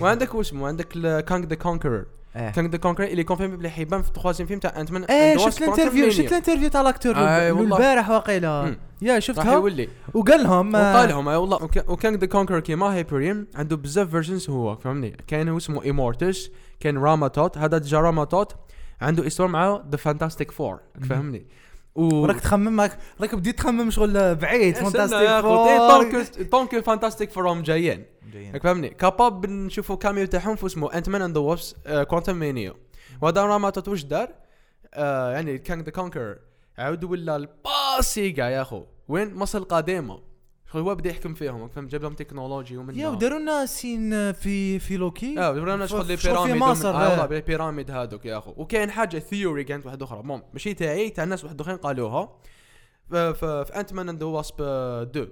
S2: وعندك واسمه عندك كانج ذا كونكرر
S1: آه.
S2: كانج ذا كونكرر اللي كونفيرم بلي حيبان في التخوازيم فيلم تاع انت مان
S1: ايه شفت الانترفيو شفت الانترفيو تاع الاكتور
S2: آي آه، والله.
S1: البارح واقيلا
S2: مم.
S1: يا
S2: راح
S1: شفتها
S2: يولي
S1: وقال لهم آه،
S2: وقال لهم اي والله وك- وكان ذا كونكر كيما هايبريم عنده بزاف فيرجنز هو فهمني كان هو اسمه ايمورتس كان راما توت هذا جا راما توت عنده اسطوره معاه ذا فانتاستيك فور فهمني و
S1: وراك تخمم راك راك بديت تخمم شغل بعيد
S2: إيه،
S1: فانتاستيك
S2: فانتاستيك طونك فانتاستيك فور راهم جايين راك فهمني كاباب نشوفوا كاميو تاعهم في اسمه انت مان اند ذا وابس كوانتم مانيا uh, وهذا راما توت واش دار آه، يعني كان ذا كونكر عاود ولا الباسيقا يا اخو وين مصر القديمه شغل هو بدا يحكم فيهم فهمت جاب لهم تكنولوجي ومن
S1: يا وداروا لنا سين آه، في في لوكي
S2: اه ورانا شغل لي
S1: شغل في
S2: بيراميد
S1: مصر،
S2: ومن- آه، والله
S1: آه.
S2: لي بيراميد هذوك يا اخو وكاين حاجه ثيوري كانت واحده اخرى المهم ماشي تاعي تاع ناس واحد اخرين قالوها ف- ف- في انت مان اند ذا واسب 2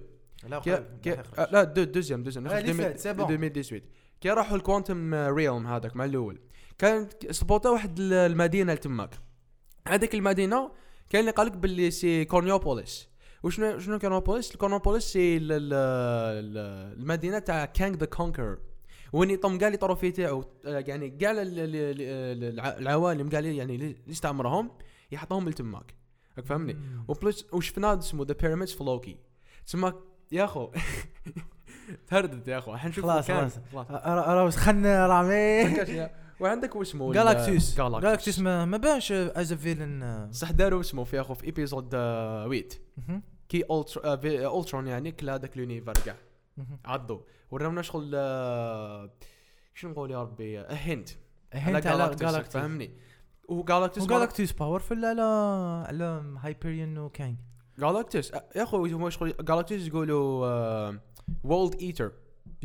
S2: كي- كي- آه، لا دو دوزيام دوزيام
S1: آه، اللي فات، سي بون.
S2: 2018 كي راحوا الكوانتم ريلم هذاك مع الاول كان سبوتا واحد ال- المدينه لتماك هذيك المدينه كان اللي قالك باللي سي كورنيوبوليس وشنو شنو كورنيوبوليس الكورنيوبوليس سي ال- ال- ال- المدينه تاع كانغ ذا كونكر وين يطم قال لي طروفي تاعو آه، يعني قال ال- ال- ال- الع- العوالم قال لي يعني اللي استعمرهم يحطهم لتماك راك فهمني وبلس وشفنا اسمه ذا بيراميدز في لوكي تسمى يا اخو تهردت يا اخو حنشوف
S1: خلاص
S2: كامل.
S1: خلاص راه آه، خلنا رامي
S2: كاش يا- وعندك واسمه ال-
S1: جالاكتوس جالاكتوس
S2: جالاكتوس
S1: ما ما بانش از فيلن
S2: صح داروا اسمه في اخو في ايبيزود ويت كي ألتر- آه، في- آه، الترون يعني كلا هذاك اليونيفر كاع عضوا وراونا شغل آه، شنو نقول يا ربي آه، هنت على جالاكتوس فهمني وجالاكتوس
S1: جالاكتوس باورفل على على هايبريون وكانج
S2: جالاكتوس آه، يا اخو هو شغل جالاكتوس يقولوا وولد ايتر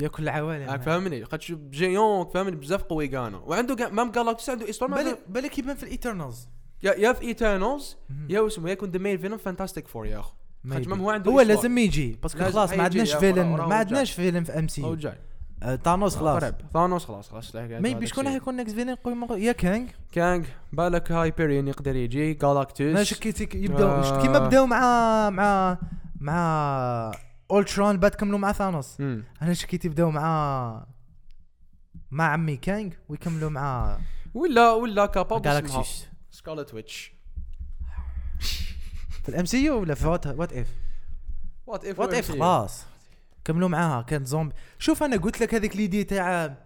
S1: ياكل العوالم
S2: راك فاهمني قد شو جيون فاهمني بزاف قوي كانوا وعنده كا- مام جالاكتوس عنده اسطوره ما
S1: بالك بالك يبان في الايترنالز
S2: يا يا في ايترنالز يا اسمه يا يكون ذا مين فينوم فانتاستيك فور يا اخو خاطر مام هو عنده
S1: هو
S2: إسطورة.
S1: لازم يجي باسكو
S2: لازم
S1: خلاص ما
S2: حيجي
S1: عندناش
S2: يا
S1: فيلن
S2: أخو، راه
S1: ما
S2: راه
S1: عندناش فيلن في ام
S2: هو
S1: سي
S2: جاي
S1: تانوس خلاص
S2: قريب ثانوس خلاص خلاص لا-
S1: ما يبي شكون راح
S2: هيك.
S1: يكون نكس فيلن قوي مقوي يا كانج
S2: كانج بالك هايبيريون يقدر يجي
S1: انا
S2: جالاكتوس
S1: شكيت هيك يبداو
S2: آه.
S1: شت- كيما بداو مع مع مع اولترون بعد كملوا مع ثانوس
S2: مم.
S1: انا شكيت يبداو مع مع عمي كانج ويكملوا مع
S2: ولا ولا كاباب
S1: جالاكسيس
S2: سكارلت ويتش
S1: في الام سي يو ولا في وات وات اف
S2: وات اف
S1: وات اف خلاص كملوا معاها كانت زومبي شوف انا قلت لك هذيك ليدي تاع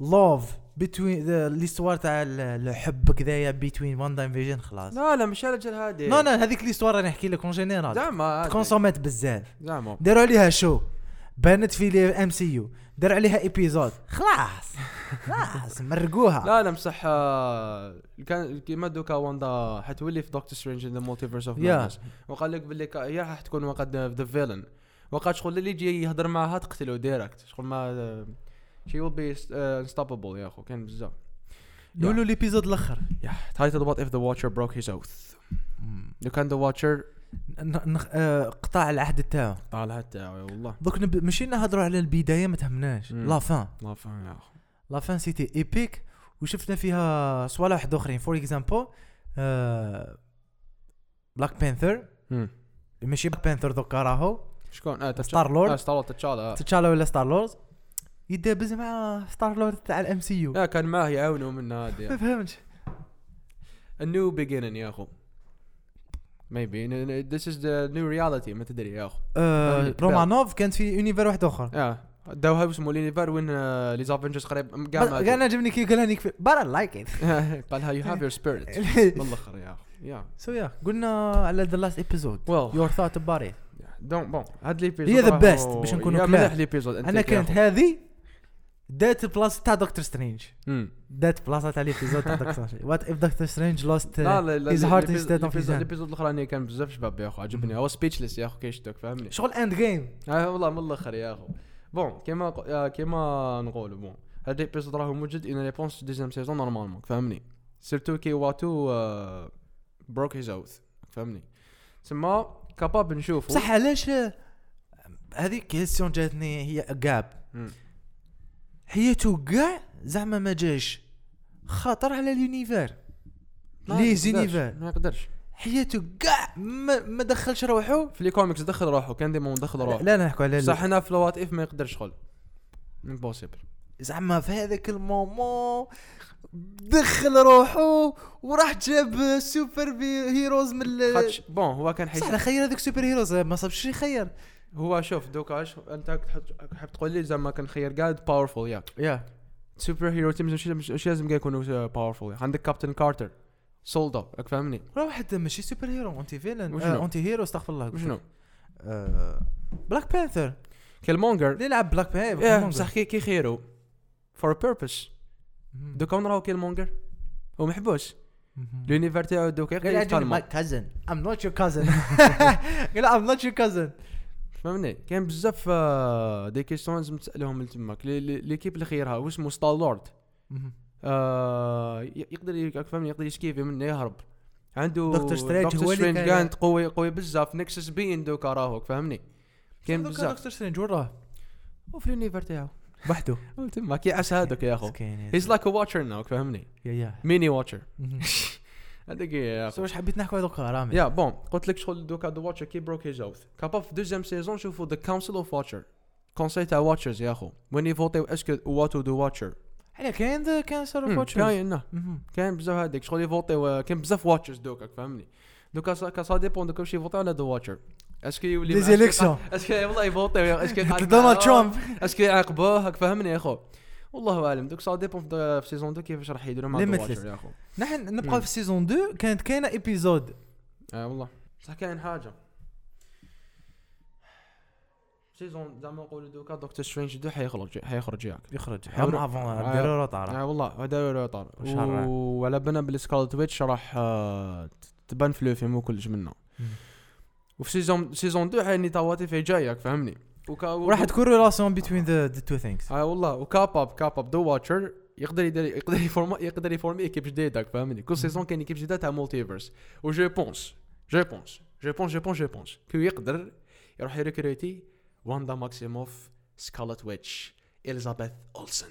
S1: لوف بتوين ليستوار تاع ال- الحب كذايا بتوين وان دايم فيجن خلاص
S2: لا لا مش الرجال هادي
S1: لا لا هذيك ليستوار راني نحكي لك اون جينيرال
S2: زعما هادي.
S1: كونسومات بزاف
S2: زعما
S1: داروا عليها شو بانت في الام سي يو دار عليها ايبيزود خلاص خلاص مرقوها
S2: لا لا مسح آه، كان كيما دوكا واندا حتولي في دكتور سترينج ان ذا مالتيفيرس اوف
S1: يا.
S2: مادنس وقال لك باللي كا- هي راح تكون وقد في ذا فيلن وقد شغل اللي يجي يهضر معها تقتله ديريكت شغل ما آه، شي ويل بي انستوبابل آه، يا اخو كان بزاف
S1: لولو الابيزود الاخر
S2: يا تايتل وات اف ذا واتشر بروك هيز اوث لو كان ذا واتشر
S1: ن- نخ- آه، قطاع العهد تاعو
S2: طالع حتى والله
S1: دوك نب- مشي نهضروا على البدايه ما تهمناش
S2: مم.
S1: لا فان
S2: لا فاهم يا اخو
S1: لا فان سيتي ايبيك وشفنا فيها صوالح اخرين فور اكزامبل euh, بلاك بانثر
S2: مم.
S1: ماشي بلاك بانثر دوكا راهو
S2: شكون اه
S1: ستار لورد.
S2: ستار لورد تشالا
S1: تشالا ولا ستار لورد يدابز مع ستار لورد تاع الام سي يو
S2: لا كان معاه يعاونوا منها هادي
S1: ما فهمتش
S2: النيو بيجينين يا اخو ميبي ذيس از ذا نيو رياليتي ما تدري يا اخو
S1: آه،
S2: مليك.
S1: رومانوف كانت في يونيفر واحد اخر
S2: اه داوها اسمه لينيفر وين لي زافنجرز قريب م- قاع
S1: بس- قال
S2: ماتوا.
S1: انا عجبني كي قالها نيك في بار لايك ات
S2: قالها يو هاف يور سبيريت من الاخر يا اخو يا
S1: سو يا قلنا على ذا لاست ايبيزود
S2: Well.
S1: يور ثوت اباوت ات
S2: دونك بون هاد ليبيزود
S1: هي the best، باش نكونوا clear.
S2: Oh, مليح ليبيزود
S1: انا كانت هذه دات بلاس تاع دكتور سترينج
S2: Hmm.
S1: دات بلاصه تاع ليبيزود تاع دكتور سترينج وات اف دكتور سترينج لوست
S2: لا لا لا
S1: his heart instead of his hand.
S2: ليبيزود الاخراني كان بزاف شباب يا اخو عجبني هو سبيتشلس يا اخو كيشتك فهمني
S1: شغل اند جيم
S2: اه والله من الاخر يا اخو بون كيما ق- آه، كيما نقولوا بون هاد ليبيزود راهو موجود ان ريبونس دوزيام سيزون نورمالمون فهمني سيرتو كي واتو آه، بروك هيز اوث فهمني تسمى كاباب نشوفو
S1: بصح علاش آه، هذه كيسيون جاتني هي قاب
S2: مم.
S1: حياته كاع زعما ما جاش خاطر على اليونيفير
S2: ما
S1: لي
S2: يقدرش،
S1: زينيفال.
S2: ما يقدرش
S1: حياته كاع ما, ما دخلش روحه
S2: في لي كوميكس دخل روحو كان ديما دخل روحو
S1: لا لا نحكوا على
S2: بصح هنا في لوات اف ما يقدرش شغل امبوسيبل
S1: أه. زعما في هذاك المومون دخل روحه وراح جاب سوبر بي- هيروز من ال-
S2: خاطش بون هو كان حيش
S1: بصح لا خير هذاك سوبر هيروز آه، ما صابش يخير
S2: هو شوف دوكا اش انت كنت حت- حاب تقول لي زعما كان خير قاعد باورفول ياك
S1: يا
S2: سوبر هيرو تيمز مش, مش, مش لازم يكونوا باورفول عندك كابتن كارتر سولدا راك فاهمني
S1: راه واحد ماشي سوبر هيرو انتي فيلن
S2: وشنو؟
S1: آه، انتي هيرو استغفر الله
S2: وشنو
S1: آه، بلاك بانثر
S2: كيلمونجر
S1: اللي يلعب بلاك
S2: ايه
S1: بانثر
S2: بصح كي كي خيرو فور بيربس دوكا وين راهو كيلمونجر هو محبوس لونيفر تاعو دوكا
S1: قال
S2: يقدر
S1: لي ماي
S2: يتكلم
S1: كازن ام نوت يور كازن قال ام نوت يور كازن
S2: فهمني كاين بزاف آه، دي كيستيون لازم تسالهم لتماك لي- لي- ليكيب اللي خيرها واسمه ستار لورد آه، ي- يقدر ي- راك فاهمني يقدر يسكيفي منه يهرب عنده
S1: دكتور سترينج هو اللي كان-
S2: كانت قوي قوي بزاف نكسس بين دوكا راهوك فهمني كاين بزاف
S1: دكتور سترينج وين راه
S2: وفي اليونيفر تاعو
S1: بحده
S2: تما كي عس هذاك يا اخو
S1: مسكين
S2: هيز لايك ا واتشر ناو فهمني
S1: يا يا
S2: ميني واتشر
S1: مهم.
S2: هذاك يا
S1: سو
S2: اخو
S1: واش حبيت نحكوا هذوك رامي
S2: يا بون قلت لك شغل دوكا ذا واتشر كي بروك هيز اوث كابا في دوزيام سيزون شوفوا ذا كونسل اوف واتشر كونسيل تاع واتشرز يا اخو وين يفوتيو اسكو واتو دو واتشر
S1: حنا كاين ذا كانسر اوف واتشرز
S2: كاين كاين بزاف هذيك شغل يفوتيو كاين بزاف واتشرز دوكا فهمني دوكا سا- كا سا ديبون دوكا واش يفوتيو على ذا واتشر اسكو يولي
S1: لي
S2: مع-
S1: زيليكسيون.
S2: اسكو والله يفوتيو يا- اسكو يقعد
S1: دونالد
S2: معاه.
S1: ترامب
S2: اسكو يعاقبوه هاك فهمني يا اخو والله اعلم دوك سا ديبون في في سيزون 2 كيفاش راح يديروا مع ذا
S1: Limitless.
S2: واتشر يا اخو
S1: نحن
S2: مم.
S1: نبقى في سيزون 2 كانت كاينه ايبيزود
S2: اه والله بصح كاين حاجه سيزون زعما نقولوا دوكا دكتور سترينج دو حيخرج حيخرج ياك
S1: يخرج
S2: عمرو-
S1: عام افون ديرو
S2: اه والله هذا هو الاطار
S1: وشرع.
S2: وعلى بالنا بلي سكارلت ويتش راح آه، تبان في لو فيلم وكلش منا
S1: مم.
S2: وفي سيزون سيزون دو حيني طواتي في جاي ياك فهمني وكا
S1: وراح تكون ريلاسيون بين ذا تو ثينكس
S2: اه والله وكاباب كاباب دو واتشر يقدر يدير يقدر يفورم يقدر يفورمي ايكيب جديد هاك فهمني كل سيزون كاين ايكيب جديده تاع مولتيفيرس و جو بونس جو بونس جو بونس جو بونس جو بونس كو يقدر يروح يريكريتي واندا ماكسيموف سكارلت ويتش اليزابيث اولسن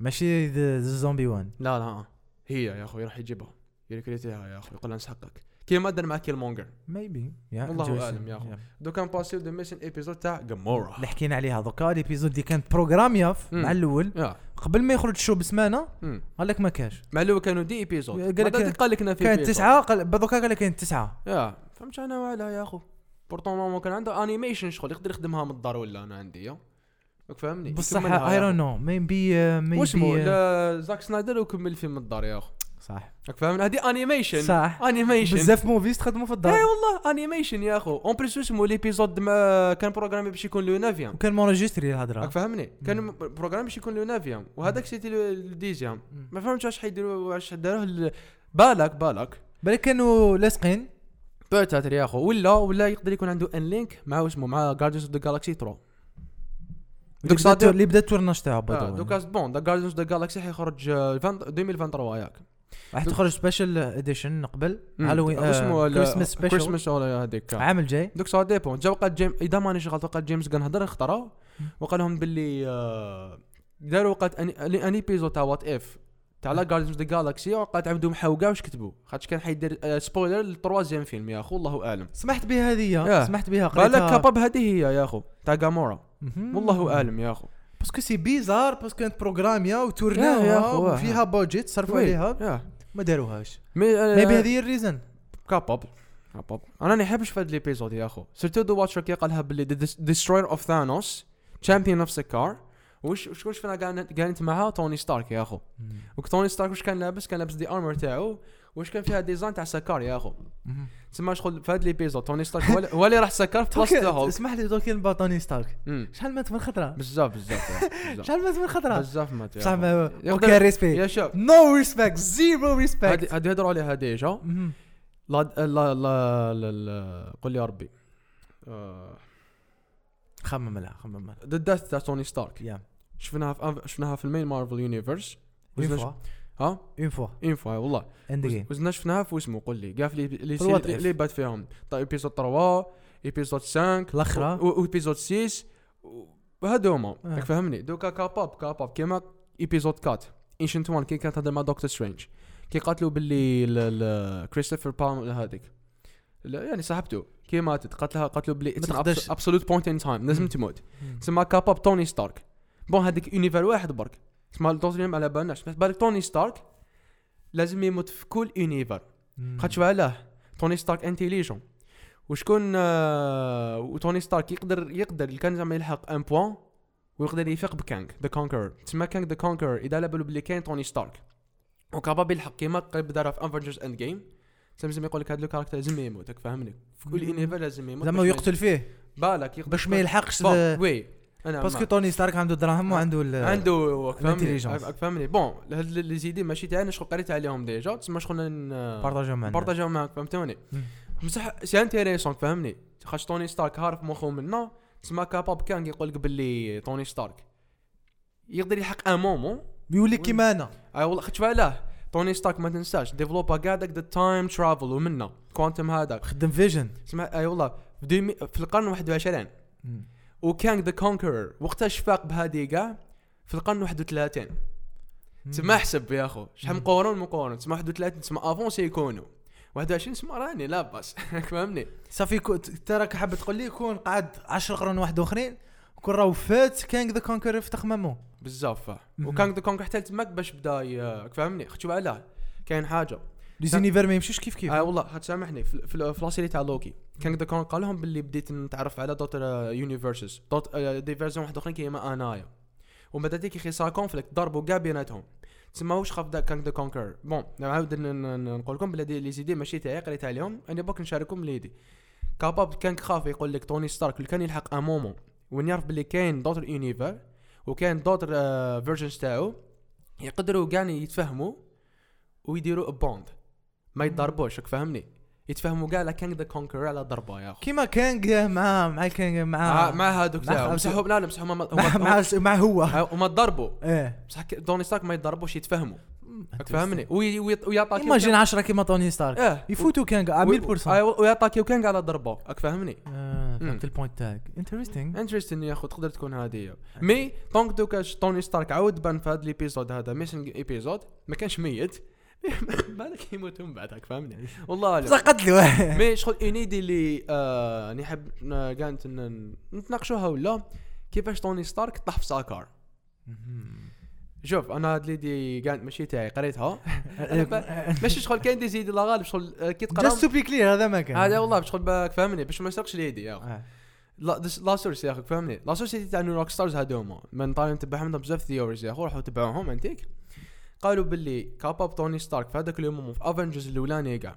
S1: ماشي ذا زومبي وان
S2: لا لا آه. هي يا اخوي راح يجيبها يريكريتيها يا اخوي يقول لها نسحقك كيما دار مع كيلمونجر
S1: ميبي
S2: والله أعلم يا أخو. دو كان باسيو دو ميسن ايبيزود تاع جمورا
S1: اللي حكينا عليها دوكا ليبيزود اللي كانت بروغراميا ف-
S2: مم.
S1: مع الاول
S2: يا
S1: قبل ما يخرج الشو بسمانه
S2: مم.
S1: قال لك ما كاش
S2: مع اللي هو كانوا دي ايبيزود
S1: قال لك كان-
S2: قال لك انه في
S1: كان
S2: episode.
S1: تسعه قال بدوكا قال لك كاين تسعه
S2: يا فهمت انا وعلا يا اخو بورتون ماما كان عنده انيميشن شغل يقدر يخدمها من الدار ولا انا عندي يا راك فاهمني
S1: بصح
S2: إيه، يكملها يا
S1: اي
S2: أخو.
S1: دون نو ميبي
S2: واش مو
S1: ميبي
S2: لا زاك سنايدر وكمل الفيلم من الدار يا اخو
S1: uh، صح
S2: راك فاهم هذه انيميشن
S1: صح
S2: انيميشن
S1: بزاف موفيز تخدموا في
S2: اي
S1: الدار
S2: إيه، والله انيميشن يا اخو اون بليس اسمه ليبيزود ما كان بروغرامي باش يكون لو نافيام
S1: وكان مونجستري
S2: راك
S1: الهضره
S2: فاهمني كان بروغرام باش يكون لو نافيام وهذاك سيتي الديزيام
S1: مم.
S2: ما فهمتش واش حيديروا واش داروه ال- بالك بالك
S1: بالك كانوا لاصقين
S2: بوتاتر يا اخو ولا ولا يقدر يكون عنده ان لينك مع اسمه مع جاردينز اوف ذا جالاكسي 3
S1: دوك
S2: دوك صادير-
S1: اللي بدا التورناج تاعو
S2: آه،
S1: بدو
S2: دوك بون ذا جاردينز اوف ذا جالاكسي حيخرج آه، 20 2023 ياك
S1: راح تخرج سبيشال اديشن قبل آه، هالوين
S2: اسمه
S1: كريسماس سبيشال
S2: كريسماس ولا هذيك
S1: العام الجاي
S2: دوك سا ديبون جا وقال جيم اذا مانيش غلط وقال جيمس كان هضر اختروا وقال لهم باللي آه، داروا وقت ان ايبيزود تاع وات اف تاع لا جاردينز اوف ذا جالاكسي وقعت عندهم حوقه واش كتبوا خاطش كان حيدير سبويلر للتروازيام فيلم يا اخو الله اعلم
S1: سمحت بها هذه
S2: آه.
S1: سمحت بها
S2: بالك
S1: قريتها
S2: كاباب هذه هي يا اخو تاع جامورا
S1: مهم.
S2: والله اعلم يا اخو
S1: باسكو سي بيزار باسكو كانت بروغراميا
S2: آه، يا
S1: وتورناوها
S2: أخو، آه.
S1: وفيها بودجيت صرفوا عليها
S2: ياه.
S1: ما داروهاش
S2: مي آه،
S1: ميبي
S2: هذه
S1: هذه هي الريزن
S2: كاباب كاباب انا راني حابش في هذا الابيزود يا اخو سيرتو ذا واتشر كي قالها باللي ديستروير اوف ثانوس تشامبيون اوف سكار وش شكون شفنا كانت كانت معها توني ستارك يا اخو وتوني ستارك واش كان لابس كان لابس دي ارمر تاعو واش كان فيها ديزاين تاع سكار يا اخو تسمى شغل في هذا الابيزود توني ستارك هو اللي- هو اللي راح سكر في بلاصه هولك
S1: اسمح لي دوك نبا توني ستارك
S2: مم.
S1: شحال مات من خطره
S2: بزاف بزاف يا أخو، بزاف.
S1: شحال مات من خطره
S2: بزاف مات
S1: بصح
S2: يا أخو.
S1: ما
S2: يقدر-
S1: اوكي ريسبي
S2: يا شوف
S1: نو ريسبكت زيرو ريسبكت
S2: هذه هذه هضروا عليها ديجا لا لا لا لا, لا قول لي يا ربي آه.
S1: خمم لها خمم لها
S2: ذا ديث تاع توني ستارك
S1: يا
S2: شفناها في شفناها في المين مارفل يونيفرس
S1: اون
S2: وزنا
S1: فوا
S2: ها
S1: اون فوا
S2: اين فوا والله
S1: اند جيم
S2: وزنا شفناها في اسمه قول لي كاع في لي- لي
S1: في الوات
S2: سي-
S1: إف.
S2: لي بات فيهم طيب ايبيزود 3 ايبيزود 5
S1: الأخرى.
S2: وايبيزود 6 هادو هما
S1: آه.
S2: راك فهمني دوكا كاباب كاباب كيما ايبيزود 4 انشنت 1 كي كانت هضر مع دكتور سترينج كي قاتلوا باللي ال- ال- كريستوفر بام هذيك لا، يعني صاحبته كي ماتت قاتلها قاتلوا باللي
S1: تقدرش.
S2: ابسولوت بوينت ان تايم لازم
S1: مم.
S2: تموت تسمى كاباب توني ستارك بون هذيك يونيفر واحد برك تسمى الدوزيام على بالناش بس بالك توني ستارك لازم يموت في كل يونيفر خاطش علاه توني ستارك انتيليجون وشكون آه، وتوني ستارك يقدر يقدر اللي كان زعما يلحق ان بوان ويقدر يفيق بكانغ ذا كونكرر تسمى كانغ ذا كونكرر اذا على بالو بلي كاين توني ستارك وكاباب يلحق كيما قريب دارها في افنجرز اند جيم لازم يقول لك هذا الكاركتر لازم يموت راك فاهمني في كل
S1: مم.
S2: يونيفر لازم يموت
S1: زعما
S2: باش ما-
S1: يقتل فيه
S2: بالك يقدر
S1: باش ما يلحقش
S2: بون،
S1: ال-
S2: وي انا
S1: باسكو
S2: معك.
S1: توني ستارك عنده دراهم وعنده ال-
S2: عنده فهمني
S1: الانتليجنس.
S2: فهمني بون هاد لي زيدي ماشي تاعنا شغل قريت عليهم ديجا تسمى شغل
S1: بارطاجيو معنا
S2: آه. بارطاجيو معاك فهمتوني
S1: مم.
S2: بصح سي انتيريسون فهمني خاش توني ستارك هارف مخو منا تسمى كاباب كان يقول لك باللي توني ستارك يقدر يلحق ان مومون
S1: يولي كيما انا
S2: اي والله خاطش علاه توني ستارك ما تنساش ديفلوبا كاع داك ذا تايم ترافل ومنا كوانتم هذاك
S1: خدم فيجن
S2: تسمى اي والله في, دومي- في القرن 21 وكانغ ذا كونكرر وقتها شفاق بهادي كاع في القرن 31 تسمى احسب يا اخو شحال مقورون مقورون تسمى 31 تسمى افونسي يكونوا 21 تسمى راني لاباس فهمني
S1: صافي كو- ت- انت راك حاب تقول لي كون قعد 10 قرون واحد اخرين كون راهو فات كانغ ذا كونكر في تخمامو
S2: بزاف فاه
S1: مهم.
S2: وكان ذا كونكر حتى تماك باش بدا ي- فهمني خشوا علاه كاين حاجه
S1: لي زينيفر ما يمشيوش كيف كيف
S2: آه والله هتسامحني في في- في لاسيري تاع لوكي كان ذا كونكر قال لهم باللي بديت نتعرف على دوت يونيفرسز دوت آه، دي فيرجن واحد اخرين كيما انايا ومن بعد هذيك خيصا كونفليكت ضربوا كاع بيناتهم تسمى واش خاف كان ذا كونكر بون نعاود ن- ن- ن- نقول لكم بلي هذه لي زيدي ماشي تاعي قريت عليهم انا باك نشارككم ليدي كاباب كان خاف يقول لك توني ستارك اللي كان يلحق ان مومون وين يعرف باللي كاين دوتر يونيفر وكاين دوتر فيرجنز آه، تاعو يقدروا كاع يتفهموا ويديروا بوند ما يتضربوش راك فاهمني يتفاهموا كاع على كانغ ذا كونكر على ضربه يا اخو
S1: كيما كانغ مع مع كانغ
S2: مع
S1: مع
S2: آه، مع آه. هذوك
S1: آه. مع-
S2: تاعو مسحوا لا لا مسحوا هما
S1: مع
S2: هما-
S1: مع مع هو
S2: هما- هما تضربوا
S1: ايه
S2: بصح ك- توني ستارك ما يتضربوش يتفهموا راك فاهمني وي- وي- ويعطاك
S1: ايماجين 10 طيب، كيما توني ستارك
S2: اه
S1: يفوتوا كانغ 100%
S2: آه، ويعطاك كانغ على ضربه راك فاهمني
S1: آه،
S2: مم.
S1: فهمت البوينت تاعك انتريستينغ
S2: انتريستين يا اخو تقدر تكون هذه مي دونك دوكا ش- توني ستارك عاود بان في هذا الابيزود هذا ميسن ايبيزود ما كانش ميت بالك يموت من بعدك فاهمني والله اعلم
S1: بصح قتلوا
S2: مي شغل اون ايدي اللي آه نحب كانت نتناقشوها ولا كيفاش توني ستارك طاح في ساكار شوف انا هاد ليدي كانت ماشي تاعي يعني، قريتها ماشي شغل كاين دي زيد لا غالب شغل آه، كي تقرا
S1: جاست تو بي كلير هذا ما كان
S2: هذا والله شغل باك فهمني باش ما يسرقش ليدي يا اخي
S1: آه.
S2: لا دس- لا سورس يا اخي فهمني لا سورس تاع انه روك ستارز هادوما من طالع نتبعهم عندهم بزاف ثيوريز يا اخو روحوا تبعوهم انتيك قالوا باللي كاباب توني ستارك في هذاك اليوم في افنجرز الاولاني كاع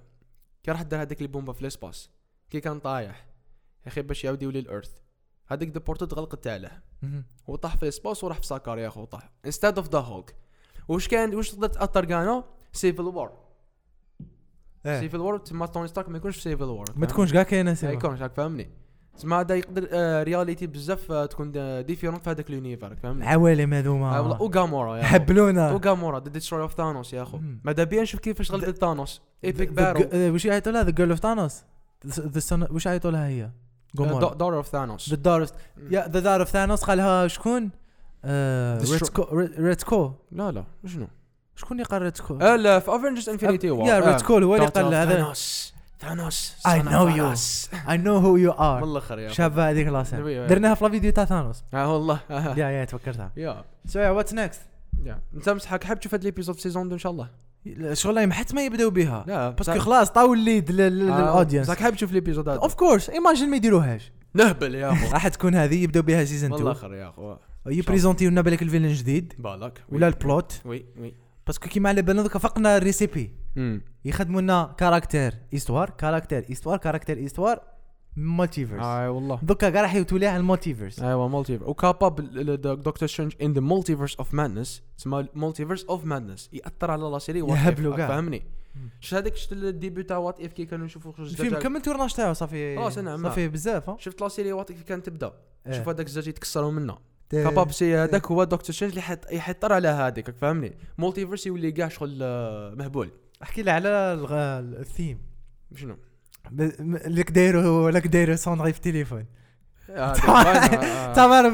S2: كي راح دار هذيك البومبا في الاسباس كي كان طايح يا اخي باش يعاود يولي الارث هذيك ديبورتو تغلقت تاعله
S1: مهم.
S2: وطاح في الاسباس وراح في ساكار يا اخو طاح انستاد اوف ذا هولك وش كان وش تقدر تاثر كانو سيفل وور
S1: إيه.
S2: سيفل وور تما توني ستارك ما يكونش في سيفل وور
S1: ما تكونش كاع كاينه
S2: ما
S1: سيرة.
S2: يكونش راك فاهمني تسمع هذا يقدر آه رياليتي بزاف آه تكون دا- ديفيرون في هذاك اليونيفر راك فاهمني
S1: العوالم
S2: آه والله
S1: هذوما
S2: وغامورا يا أخو.
S1: حبلونا
S2: وغامورا ذا ديستروي اوف ثانوس يا اخو
S1: مم.
S2: ماذا بيا نشوف كيفاش غلبت ثانوس ايبك
S1: The- the
S2: بارو
S1: g- آه، وش يعيطوا لها ذا جيرل اوف ثانوس وش يعيطوا لها
S2: آه،
S1: هي؟ جومورا
S2: دور اوف ثانوس
S1: ذا دار اوف يا ذا دار اوف ثانوس قالها شكون؟ آه،
S2: Destro-
S1: ريتسكو ريت- ريتسكو
S2: لا لا شنو
S1: شكون اللي قال ريتسكو؟
S2: آه، لا في افنجرز انفينيتي وور
S1: آه، يا ريتسكو هو اللي قال هذا
S2: ثانوس ثانوس
S1: I
S2: son of
S1: know you.
S2: ثانوس.
S1: اي نو هو يو
S2: من
S1: ار
S2: الاخر يا أخو.
S1: شابه هذيك لاسين
S2: أيوة، أيوة.
S1: درناها في الفيديو تاع ثانوس
S2: اه والله آه.
S1: يا يا تفكرتها
S2: يا
S1: سو يا واتس نيكست
S2: يا انت مسحك حاب تشوف هاد ليبيزود سيزون دو ان شاء الله
S1: شغل حتى ما يبداو بها
S2: لا آه،
S1: باسكو خلاص طاو الليد للاودينس
S2: مسحك حاب تشوف ليبيزود هذا
S1: اوف كورس ايماجين ما يديروهاش
S2: نهبل يا اخو
S1: راح تكون هذه يبداو بها سيزون
S2: والله
S1: 2
S2: خير يا اخو
S1: يبريزونتيو لنا بالك الفيلن جديد
S2: بالك وي.
S1: ولا البلوت
S2: وي وي
S1: باسكو كيما على بالنا دوكا فقنا الريسيبي يخدموا لنا كاركتير ايستوار كاركتير ايستوار كاركتير ايستوار مالتيفيرس
S2: اي آه، والله
S1: دوكا كاع راح يوتوا ليها المالتيفيرس
S2: ايوه مالتيفيرس وكابا دكتور سترينج ان ذا مالتيفيرس اوف مادنس تسمى مالتيفيرس اوف مادنس ياثر على لا سيري What If.
S1: يهبلوا قاع.
S2: فهمني شفت هذاك شفت الديبي تاع وات اف كي كانوا يشوفوا خرج
S1: الفيلم كمل تورناج تاعو صافي
S2: خلاص، نعم، نعم.
S1: صافي بزاف ها
S2: شفت لا سيري وات اف كانت تبدا
S1: إيه.
S2: شوف هذاك الزجاج يتكسروا منه
S1: إيه.
S2: كاباب سي هذاك هو دكتور سترينج اللي حيط- يحطر على هذيك فهمني مالتيفيرس يولي كاع شغل آه، مهبول
S1: احكي لي على الغ- الثيم
S2: شنو
S1: ب- م- لك دايرو لك دايرو صنعي في التليفون تاع
S2: تمام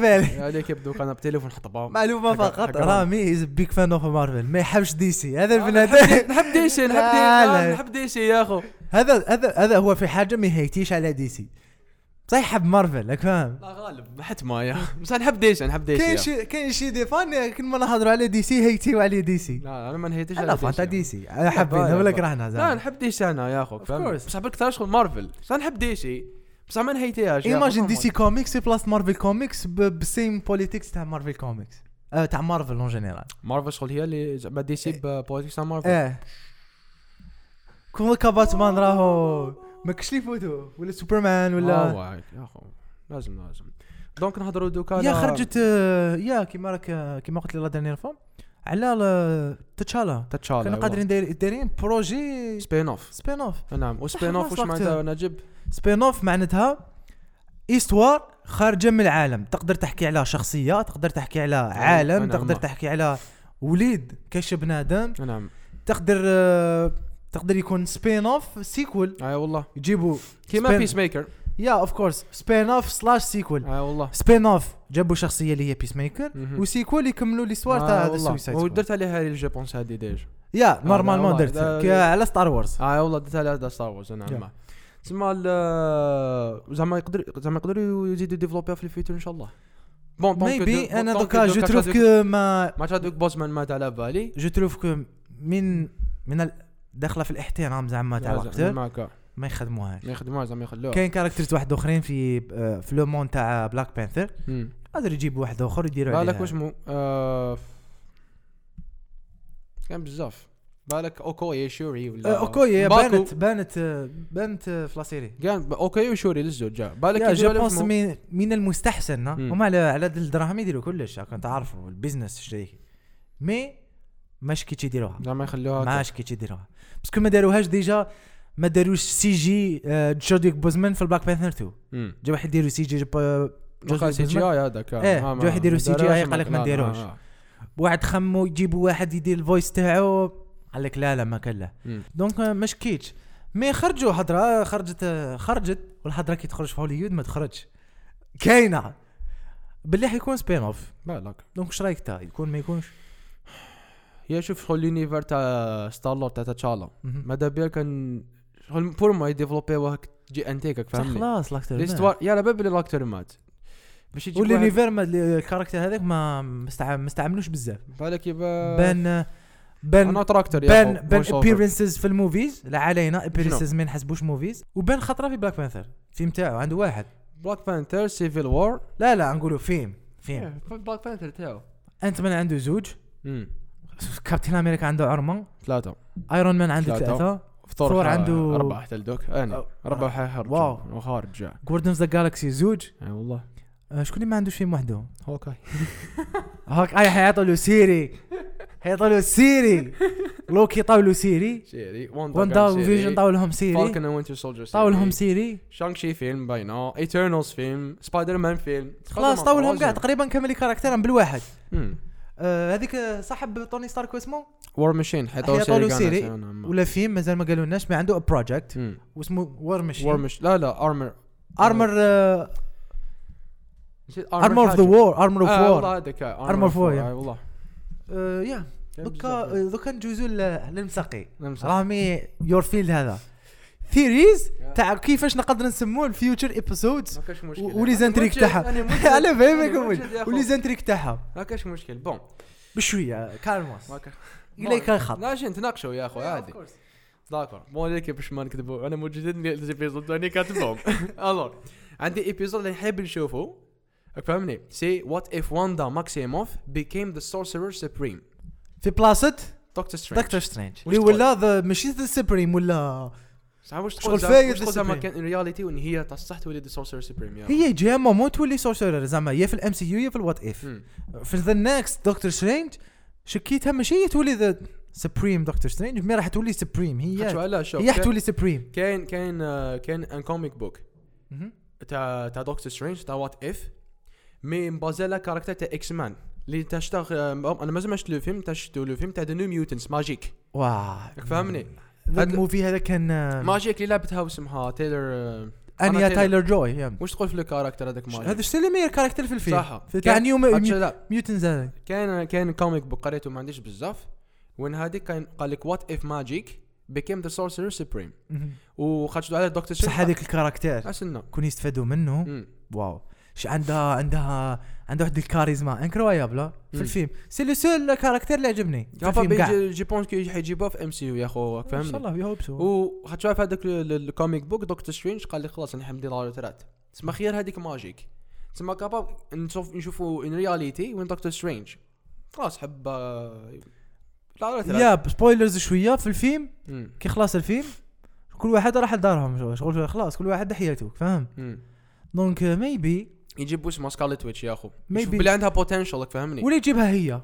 S1: مارفل
S2: عليك يبدو كان بتليفون حطبا
S1: معلومه
S2: حكا-
S1: فقط
S2: حكا-
S1: رامي از بيج فان اوف مارفل ما يحبش دي سي هذا
S2: آه،
S1: البنادم
S2: نحب دي سي نحب دي
S1: لا، لا.
S2: آه، نحب دي سي يا اخو
S1: هذا هذا هذا هو في حاجه ما يهيتيش على دي سي بصح يحب مارفل راك فاهم
S2: لا غالب حتما يا بس نحب دي سي نحب دي سي آه.
S1: كاين
S2: يا أخو.
S1: شي كاين شي دي فان كل ما نهضروا على دي سي هيتيو على دي سي
S2: لا انا ما نهيتش
S1: انا
S2: على
S1: فان تاع
S2: يا
S1: دي
S2: أخو.
S1: سي أنا حبينا
S2: باي،
S1: ولا
S2: باي.
S1: كرهنا
S2: لا
S1: زعما
S2: نحب دي سي انا يا اخو فاهم
S1: course.
S2: بصح بالك شغل مارفل بس نحب دي سي بصح ما نهيتهاش يا أخو.
S1: ايماجين دي سي كوميكس بلاس مارفل كوميكس بالسيم بوليتيكس تاع مارفل كوميكس آه، تاع مارفل اون جينيرال
S2: مارفل شغل هي اللي زعما دي سي
S1: إيه.
S2: بوليتيكس تاع مارفل
S1: اه كون كاباتمان راهو ما كش لي فوتو ولا سوبرمان ولا
S2: آه، واعيك يا اخو لازم لازم دونك نهضروا دوكا
S1: يا
S2: على-
S1: خرجت آه، يا كيما راك كيما قلت لي لا دانيير فوا على تشالا
S2: تتشالا
S1: كانوا قادرين داير- دايرين بروجي
S2: سبين اوف
S1: سبين اوف
S2: نعم وسبين اوف
S1: خلاص
S2: واش
S1: وقت-
S2: معناتها نجيب
S1: سبين اوف معناتها ايستوار خارجه من العالم تقدر تحكي على شخصيه تقدر تحكي على عالم
S2: أنا
S1: تقدر
S2: أما.
S1: تحكي على وليد كاش بنادم
S2: نعم
S1: تقدر آه، تقدر يكون سبين اوف سيكول
S2: اي والله
S1: يجيبوا
S2: كيما
S1: spin-
S2: بيس ميكر
S1: يا اوف كورس سبين اوف سلاش سيكول
S2: اي والله
S1: سبين اوف جابوا شخصيه اللي هي بيس ميكر
S2: مهم.
S1: وسيكول يكملوا ليستوار
S2: آه،
S1: تاع هذا
S2: والله.
S1: السويسايد
S2: ودرت عليها لي جو بونس هادي ديجا
S1: يا
S2: والله.
S1: نورمالمون
S2: ده-
S1: درت كي على ستار وورز
S2: اه والله درت عليها هذا ستار وورز نعم
S1: Yeah.
S2: ما. تسمى ال- آه، زعما يقدر زعما يقدروا يزيدوا ديفلوبيها في الفيوتشر ان شاء الله بون دونك- دونك-
S1: ميبي انا
S2: دونك
S1: دوكا جو
S2: دوكا
S1: تروف
S2: شادوك-
S1: كو ما
S2: ما تشادوك بوزمان مات على بالي
S1: جو تروف كو من من ال- داخله في الاحترام زعما تاع
S2: أنا
S1: وقت
S2: معك آه.
S1: ما يخدموهاش
S2: ما يخدموها زعما يخلوها
S1: كاين كاركترز واحد اخرين في آه، في لو مون تاع بلاك بانثر
S2: مم.
S1: قادر يجيب واحد اخر يديروا عليه
S2: بالك واش مو آه، كان بزاف بالك اوكوي شوري ولا
S1: اوكي
S2: باكو.
S1: آه، بانت بانت آه، بانت آه، في لاسيري
S2: كان اوكي وشوري للزوج جا بالك
S1: يا جو
S2: يديروا
S1: بونس
S2: لهم-
S1: من, من المستحسن آه.
S2: مم.
S1: هما على على دل الدراهم يديروا كلش راكم تعرفوا البيزنس شريك مي ماش كي تيديروها
S2: زعما يخلوها
S1: ماش كي تيديروها باسكو ما داروهاش ديجا ما داروش سي جي آه، جوديك بوزمان في بلاك بانثر 2
S2: مم.
S1: جا واحد يديروا سي جي جب-
S2: وقع سي جي اي هذاك
S1: إيه،
S2: آه، ما-
S1: جو يديروا CGI
S2: داروش
S1: قال لك ما
S2: لا، لا،
S1: نديروهش.
S2: آه.
S1: واحد خمو يجيبوا واحد يدير الفويس تاعو قال لك لا لا ما كان لا
S2: مم.
S1: دونك آه، ما شكيتش مي خرجوا هضره خرجت آه، خرجت والهضره كي تخرج في هوليود ما تخرجش كاينه باللي حيكون سبين اوف
S2: بالك
S1: دونك اش رايك تا يكون ما يكونش
S2: هي شوف شغل اليونيفر تاع ستار لورد تاع تشالا
S1: مهم.
S2: ماذا بيا كان شغل بور ما يديفلوبيوها هاك تجي انتيكك
S1: بصح
S2: فهمني
S1: خلاص لاكتر
S2: الاستوار يا على باب اللي لاكتور مات باش يجيك واحد
S1: واللينيفير ما الكاركتر هذاك ما ما استع- ما استعملوش بزاف
S2: بالك يبا
S1: بان بان
S2: انا تراكتور يا
S1: بان بان ابيرنسز في الموفيز لا علينا ابيرنسز ما نحسبوش موفيز وبان خطره في بلاك بانثر فيلم تاعو عنده واحد
S2: بلاك بانثر سيفل وور
S1: لا لا نقولوا فيلم فيلم
S2: بلاك بانثر تاعو
S1: انت مان عنده زوج كابتن امريكا عنده عرمه
S2: ثلاثة
S1: ايرون مان عنده
S2: ثلاثة.
S1: ثلاثه
S2: ثور
S1: ثور
S2: عنده
S1: عنده-
S2: أربعة حتى لدوك أنا
S1: أو-
S2: أربعة حيخرج
S1: واو.
S2: وخارج جاع
S1: جوردن ذا جالكسي زوج
S2: أي والله
S1: آه، شكون اللي ما عندوش فيلم وحده
S2: هوكاي
S1: هاك اي حيعطوا له سيري حيعطوا له سيري لوكي طاو له سيري
S2: سيري واندا
S1: وندا وفيجن طاو لهم سيري
S2: فالكون وينتر سولجر
S1: طاو لهم سيري
S2: شانك شي فيلم باينة ايترنالز فيلم سبايدر مان فيلم
S1: خلاص طاو لهم كاع تقريبا كامل الكاركتير بالواحد
S2: تقريبا
S1: آه، هذيك آه، صاحب توني ستارك واسمه
S2: وور ماشين حيت
S1: حيطولوا
S2: طاو
S1: سيري.
S2: سيري
S1: ولا فيلم مازال ما قالولناش ما عنده بروجكت
S2: Hmm.
S1: واسمه وار
S2: وور
S1: ماشين
S2: مش لا لا ارمر
S1: ارمر
S2: آه،
S1: ارمر اوف ذا وور ارمر
S2: Ah,
S1: اوف
S2: آه،
S1: وور
S2: هذاك
S1: Armor of War، yeah.
S2: اي والله
S1: آه، يا دوكا آه، دوكا نجوزو ل- للمساقي
S2: نمسح.
S1: رامي يور فيلد هذا ثيريز تاع كيفاش نقدر نسموه الفيوتشر ايبيسودز
S2: ما كاش مشكل
S1: ولي زانتريك تاعها على فهمك أول. ولي
S2: ولي
S1: زانتريك تاعها
S2: ما كاش مشكل بون
S1: بشويه كالموس
S2: ما كاش
S1: اليك الخط
S2: ماشي نتناقشوا يا اخو عادي داكور مو عليك باش ما نكذبوا انا موجودين لي ليزيبيزود راني كاتبهم الور عندي ايبيزود اللي نحب نشوفه راك فاهمني سي وات اف واندا ماكسيموف became ذا سورسرر سوبريم
S1: في بلاصه
S2: دكتور سترينج
S1: دكتور سترينج
S2: وش
S1: اللي ولا ذا- ماشي ذا سبريم ولا
S2: صح واش تقول
S1: شغل
S2: زعما-
S1: فايد
S2: واش تقول زعما
S1: Supreme.
S2: كان ان رياليتي وان هي تصح تولي ذا سورسرر سوبريم يا
S1: هي جايه مومون تولي سورسيرر زعما يا في الام سي يو يا في الوات اف
S2: مم.
S1: في ذا نيكست دكتور سترينج شكيتها ماشي هي تولي ذا سبريم دكتور سترينج مي راح تولي سبريم
S2: شو
S1: هي
S2: على شوف
S1: هي راح
S2: كاين-
S1: تولي سبريم
S2: كاين كاين آه، كاين ان كوميك بوك تاع تاع دكتور سترينج تاع وات اف مي مبازي على كاركتر تاع اكس مان اللي تاع شتا- آه، انا مازال ما شفت لو فيلم تاع شفتو لو فيلم تاع ذا نيو ميوتنس ماجيك
S1: واه
S2: راك فاهمني
S1: ذا
S2: هاد-
S1: الموفي هذا كان آه،
S2: ماجيك اللي لعبتها واسمها تايلر آه، أنا
S1: انيا
S2: تايلر.
S1: تايلر جوي يا.
S2: واش تقول في الكاركتر هذاك ماجيك
S1: هذا شتي اللي مير كاركتر في الفيلم
S2: صح
S1: في تاع
S2: كاين-
S1: نيو
S2: هادشي
S1: ميو-
S2: لا
S1: ميوتنز هذا
S2: كاين كاين كوميك بوك قريته ما عنديش بزاف وين هذيك كان قال لك وات اف ماجيك became the sorcerer supreme
S1: مهم.
S2: وخرجت على دكتور
S1: صح هذيك الكاركتر
S2: اسنا
S1: كون يستفادوا منه واو ش عندها عندها عندها واحد الكاريزما انكرويابل في
S2: مم.
S1: الفيلم سي لو سول كاركتر اللي عجبني في الفيلم كاع
S2: جي بونس كي حيجيبوها في ام سي يو يا خو
S1: ان شاء
S2: فهمني
S1: الله يا هوب سو
S2: وحتشوف هذاك ال- ال- الكوميك بوك دكتور سترينج قال لي خلاص نحن ندير لارترات تسمى خير هذيك ماجيك تسمى كاباب نشوف نشوفوا ان رياليتي وين دكتور سترينج خلاص حب آه، لارترات
S1: يا سبويلرز شويه في الفيلم
S2: مم.
S1: كي خلاص الفيلم كل واحد راح لدارهم شغل- شغل خلاص كل واحد حياته فاهم
S2: مم.
S1: دونك ميبي
S2: يجيبوا اسمها سكارلت ويتش يا اخو
S1: Maybe.
S2: يشوف بلي عندها بوتنشال فهمني
S1: ولا يجيبها هي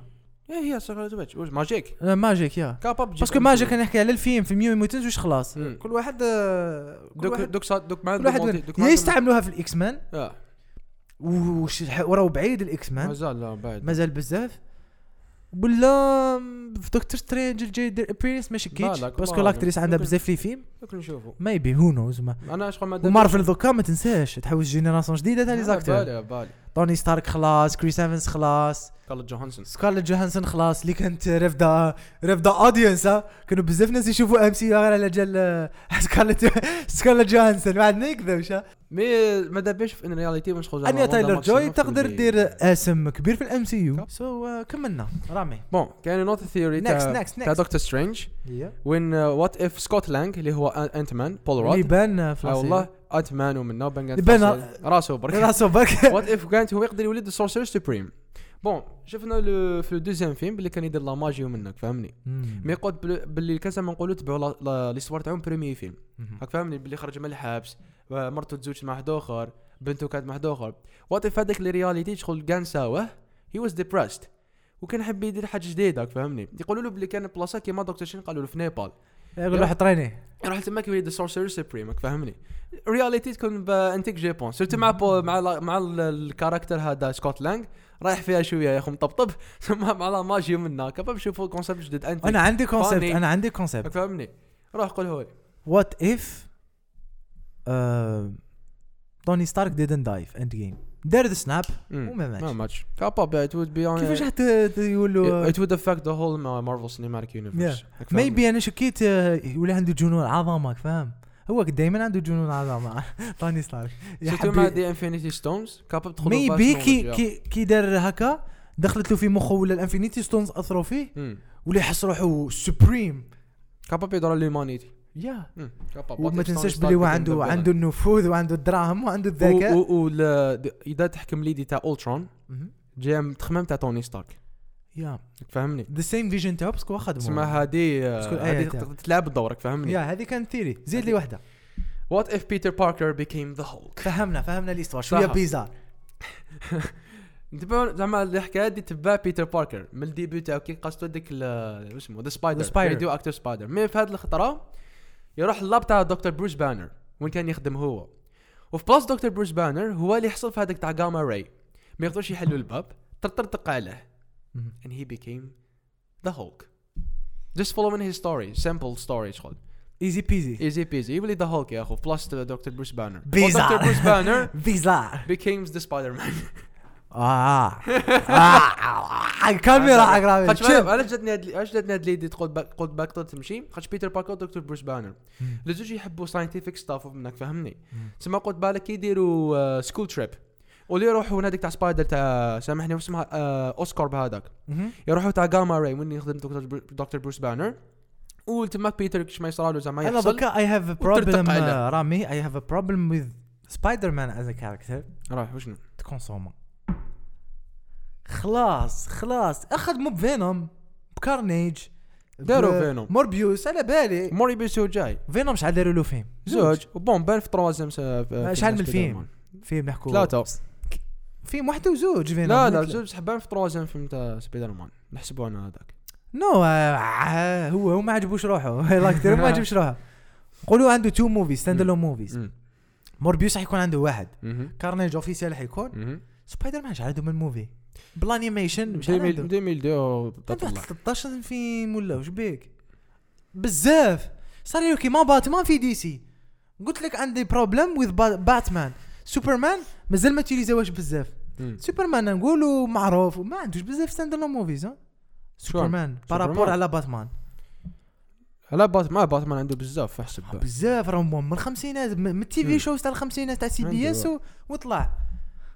S2: ايه هي سكارلت ويتش واش ماجيك
S1: آه، ماجيك يا
S2: كاباب
S1: باسكو ماجيك كان يحكي على الفيلم في ميو موتنز واش خلاص
S2: مم.
S1: كل واحد آه، كل
S2: دوك
S1: واحد
S2: دوك سا- دوك مع
S1: كل واحد وين. يا يستعملوها في الاكس مان
S2: اه
S1: وش وراو بعيد الاكس مان
S2: مازال لا بعد
S1: مازال بزاف ولا في دكتور سترينج الجاي يدير ابيرنس ما شكيتش
S2: بالك،
S1: باسكو
S2: بالك.
S1: لاكتريس عندها
S2: ممكن.
S1: بزاف لي فيلم
S2: دوك نشوفوا
S1: ميبي هو نوز
S2: انا شغل ما
S1: ومارفل دوكا ما تنساش تحوس جينيراسيون جديده تاع لي زاكتور
S2: بالي بالي
S1: توني ستارك خلاص كريس ايفنس خلاص
S2: كارل جوهانسون
S1: سكارلت جوهانسون خلاص اللي كانت رافده رافده اودينس كانوا بزاف ناس يشوفوا ام سي غير على جال آه، سكارلت سكارلت جوهانسون ما عندنا يكذبش آه.
S2: مي ما دابش في ان رياليتي واش خرج
S1: انيا تايلر جوي تقدر دير اسم كبير في الام سي يو سو آه، كملنا رامي
S2: بون كاين نوت ثيوري
S1: نكست
S2: تاع
S1: نكست
S2: تاع
S1: نكست
S2: دكتور سترينج وين وات اف سكوت لانج اللي هو انت مان بول
S1: اللي
S2: رود
S1: بان في
S2: اه والله
S1: والله
S2: انت مان ومنه بان
S1: يبان
S2: راسه برك
S1: راسه برك
S2: وات اف كانت هو يقدر يولي ذا سورسير سوبريم بون شفنا لو- في الدوزيام فيلم اللي كان يدير لا ماجي ومنك فهمني مي قلت بل- باللي كان زعما نقولوا تبعوا ليستوار تاعهم بريمي فيلم هاك فاهمني باللي خرج من الحبس و- مرته تزوج مع حد اخر بنته كانت مع حد اخر وات اف هذاك الرياليتي شغل كان ساواه هي واز ديبرست وكان حب يدير حاجه جديده هاك فاهمني يقولوا له باللي كان بلاصه كيما دكتور شين قالوا له في نيبال
S1: يقول له حط ريني
S2: راح تماك يولي ذا سورسير سوبريم هاك فاهمني رياليتي تكون بانتيك جيبون سيرتو مع بو مع ال- مع ال- الكاركتر هذا سكوت لانج رايح فيها شويه يا اخو مطبطب ثم مع لا ماجي منها كابا نشوفوا كونسيبت جديد انت
S1: انا عندي كونسيبت
S2: Funny.
S1: انا عندي
S2: هاك
S1: كونسيبت
S2: فاهمني روح قول هو
S1: وات اف توني ستارك آه، didn't دايف اند جيم دار ذا سناب وما
S2: ما
S1: ماتش
S2: ماتش كابا it would be on
S1: كيفاش حتى يقولوا
S2: it would affect the whole Ma- Marvel Cinematic Universe
S1: Yeah. ميبي انا شكيت آه، ولا عنده جنون عظمه فاهم هو دائما عنده جنون عظمه توني ستارك يا
S2: شفتو مع
S1: حبي-
S2: دي انفينيتي ستونز كابا تدخل
S1: ميبي كي كي كي دار هكا دخلت له في مخه ولا الانفينيتي ستونز اثروا فيه
S2: Hmm.
S1: ولا يحس روحو سوبريم
S2: كابا بيدور للهيومانيتي
S1: يا
S2: Hmm.
S1: وما تنساش بلي هو عنده عنده النفوذ وعنده الدراهم وعنده الذكاء
S2: اذا تحكم ليدي تاع اولترون
S1: مهم.
S2: جايه متخمم تاع توني ستارك
S1: يا
S2: فهمني
S1: ذا سيم فيجن تاعو باسكو خدموا
S2: تسمى هادي آه،
S1: شكون
S2: هادي
S1: آية
S2: تقدر
S1: تاعو؟
S2: تلعب دورك فهمني
S1: يا هذه كانت ثيري زيد لي وحده
S2: وات اف بيتر باركر بيكيم ذا هولك
S1: فهمنا فهمنا الاستوار شويه
S2: صح.
S1: بيزار
S2: تبع زعما الحكايه هادي تبع بيتر باركر من الديبيو تاعو كي قصدو هذيك ال- اسمه ذا سبايدر
S1: The Spider.
S2: راديو اكتر سبايدر مي في هاد الخطره يروح اللاب تاع دكتور بروس بانر وين كان يخدم هو وفي بلاص دكتور بروس بانر هو اللي حصل في هذاك تاع جاما راي ما يقدروش يحلوا الباب طرطر دق عليه
S1: مهم.
S2: and he became the Hulk just following his story simple story شغل
S1: ايزي بيزي
S2: ايزي بيزي يولي ذا هولك يا اخو بلس دكتور بروس بانر
S1: بيزار.
S2: دكتور بروس بانر
S1: بيزار
S2: becomes the spider man
S1: اه آه. الكاميرا عقرابي
S2: خاطش أنا-
S1: شوف
S2: علاش جاتني هاد علاش جاتني هاد ليدي تقول باك قلت باك تقدر تمشي خاطش بيتر باركر دكتور بروس بانر
S1: مم.
S2: لزوج يحبوا ساينتيفيك ستاف منك فهمني
S1: مم.
S2: تسمى قلت بالك يديروا سكول تريب واللي يروحوا هذيك تاع سبايدر تاع سامحني واش اسمها آه، اوسكار بهذاك
S1: مهم.
S2: يروحوا تاع جاما راي وين يخدم دكتور برو- دكتور بروس بانر وتماك بيتر كش ما يصرى له زعما
S1: انا
S2: يحصل
S1: دوكا اي هاف ا
S2: وترتقى
S1: بروبلم
S2: له.
S1: آه، رامي اي هاف ا بروبلم وذ سبايدر مان از ا كاركتر
S2: راح وشنو
S1: تكونسوما خلاص خلاص اخدموا بفينوم بكارنيج
S2: داروا فينوم.
S1: موربيوس على بالي
S2: موريبيوس هو جاي
S1: فينوم شحال داروا له فيلم
S2: زوج وبون بان في تروازيام شحال
S1: شحال من فيلم فيلم نحكوا
S2: ثلاثة
S1: فيلم واحد وزوج فينوم
S2: لا لا
S1: مثل-
S2: زوج حبان في تروازيام فيلم تاع سبايدر مان نحسبوا انا هذاك
S1: نو آه، آه، هو هو ما عجبوش روحه لاكتر ما عجبش روحه قولوا عنده تو موفيز ستاند الون موفيز
S2: مم.
S1: موربيوس حيكون عنده واحد
S2: مهم.
S1: كارنيج اوفيسيال حيكون
S2: مهم.
S1: سبايدر مان شحال عنده من موفي بالانيميشن شحال
S2: 2000
S1: عنده
S2: 2002
S1: عنده
S2: تطلع
S1: 13 فيلم ولا وش بيك بزاف صار لي كيما باتمان في دي سي قلت لك عندي بروبلم وذ باتمان سوبرمان مازال ما تيليزاوهش بزاف
S2: مم.
S1: سوبرمان نقولوا معروف وما عندوش بزاف ستاند الون موفيز ها سوبرمان بارابور
S2: سوبرمان.
S1: على باتمان
S2: لا بات ما باتمان عنده بزاف احسب
S1: بزاف راهم من الخمسينات من من التي
S2: مم.
S1: في شوز تاع الخمسينات تاع سي بي
S2: عندي
S1: اس
S2: واحد.
S1: وطلع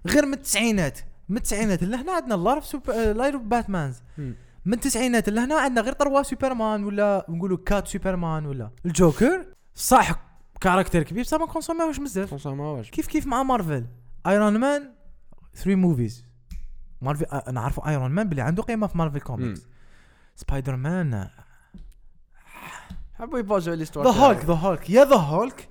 S1: غير من التسعينات من التسعينات لهنا عندنا لارف سوبر لايف باتمانز
S2: مم.
S1: من التسعينات لهنا عندنا غير تروا سوبرمان ولا نقولوا كات سوبرمان ولا الجوكر صح كاركتر كبير بصح ما كونسوميوش بزاف
S2: فرنسا ما واش
S1: كيف كيف مع مارفل ايرون مان 3 موفيز مارفل آه، نعرفوا ايرون مان بلي عنده قيمه في مارفل كوميكس سبايدر مان
S2: حبوا يبازوا الاستوار
S1: ذا هولك ذا هولك يا ذا هولك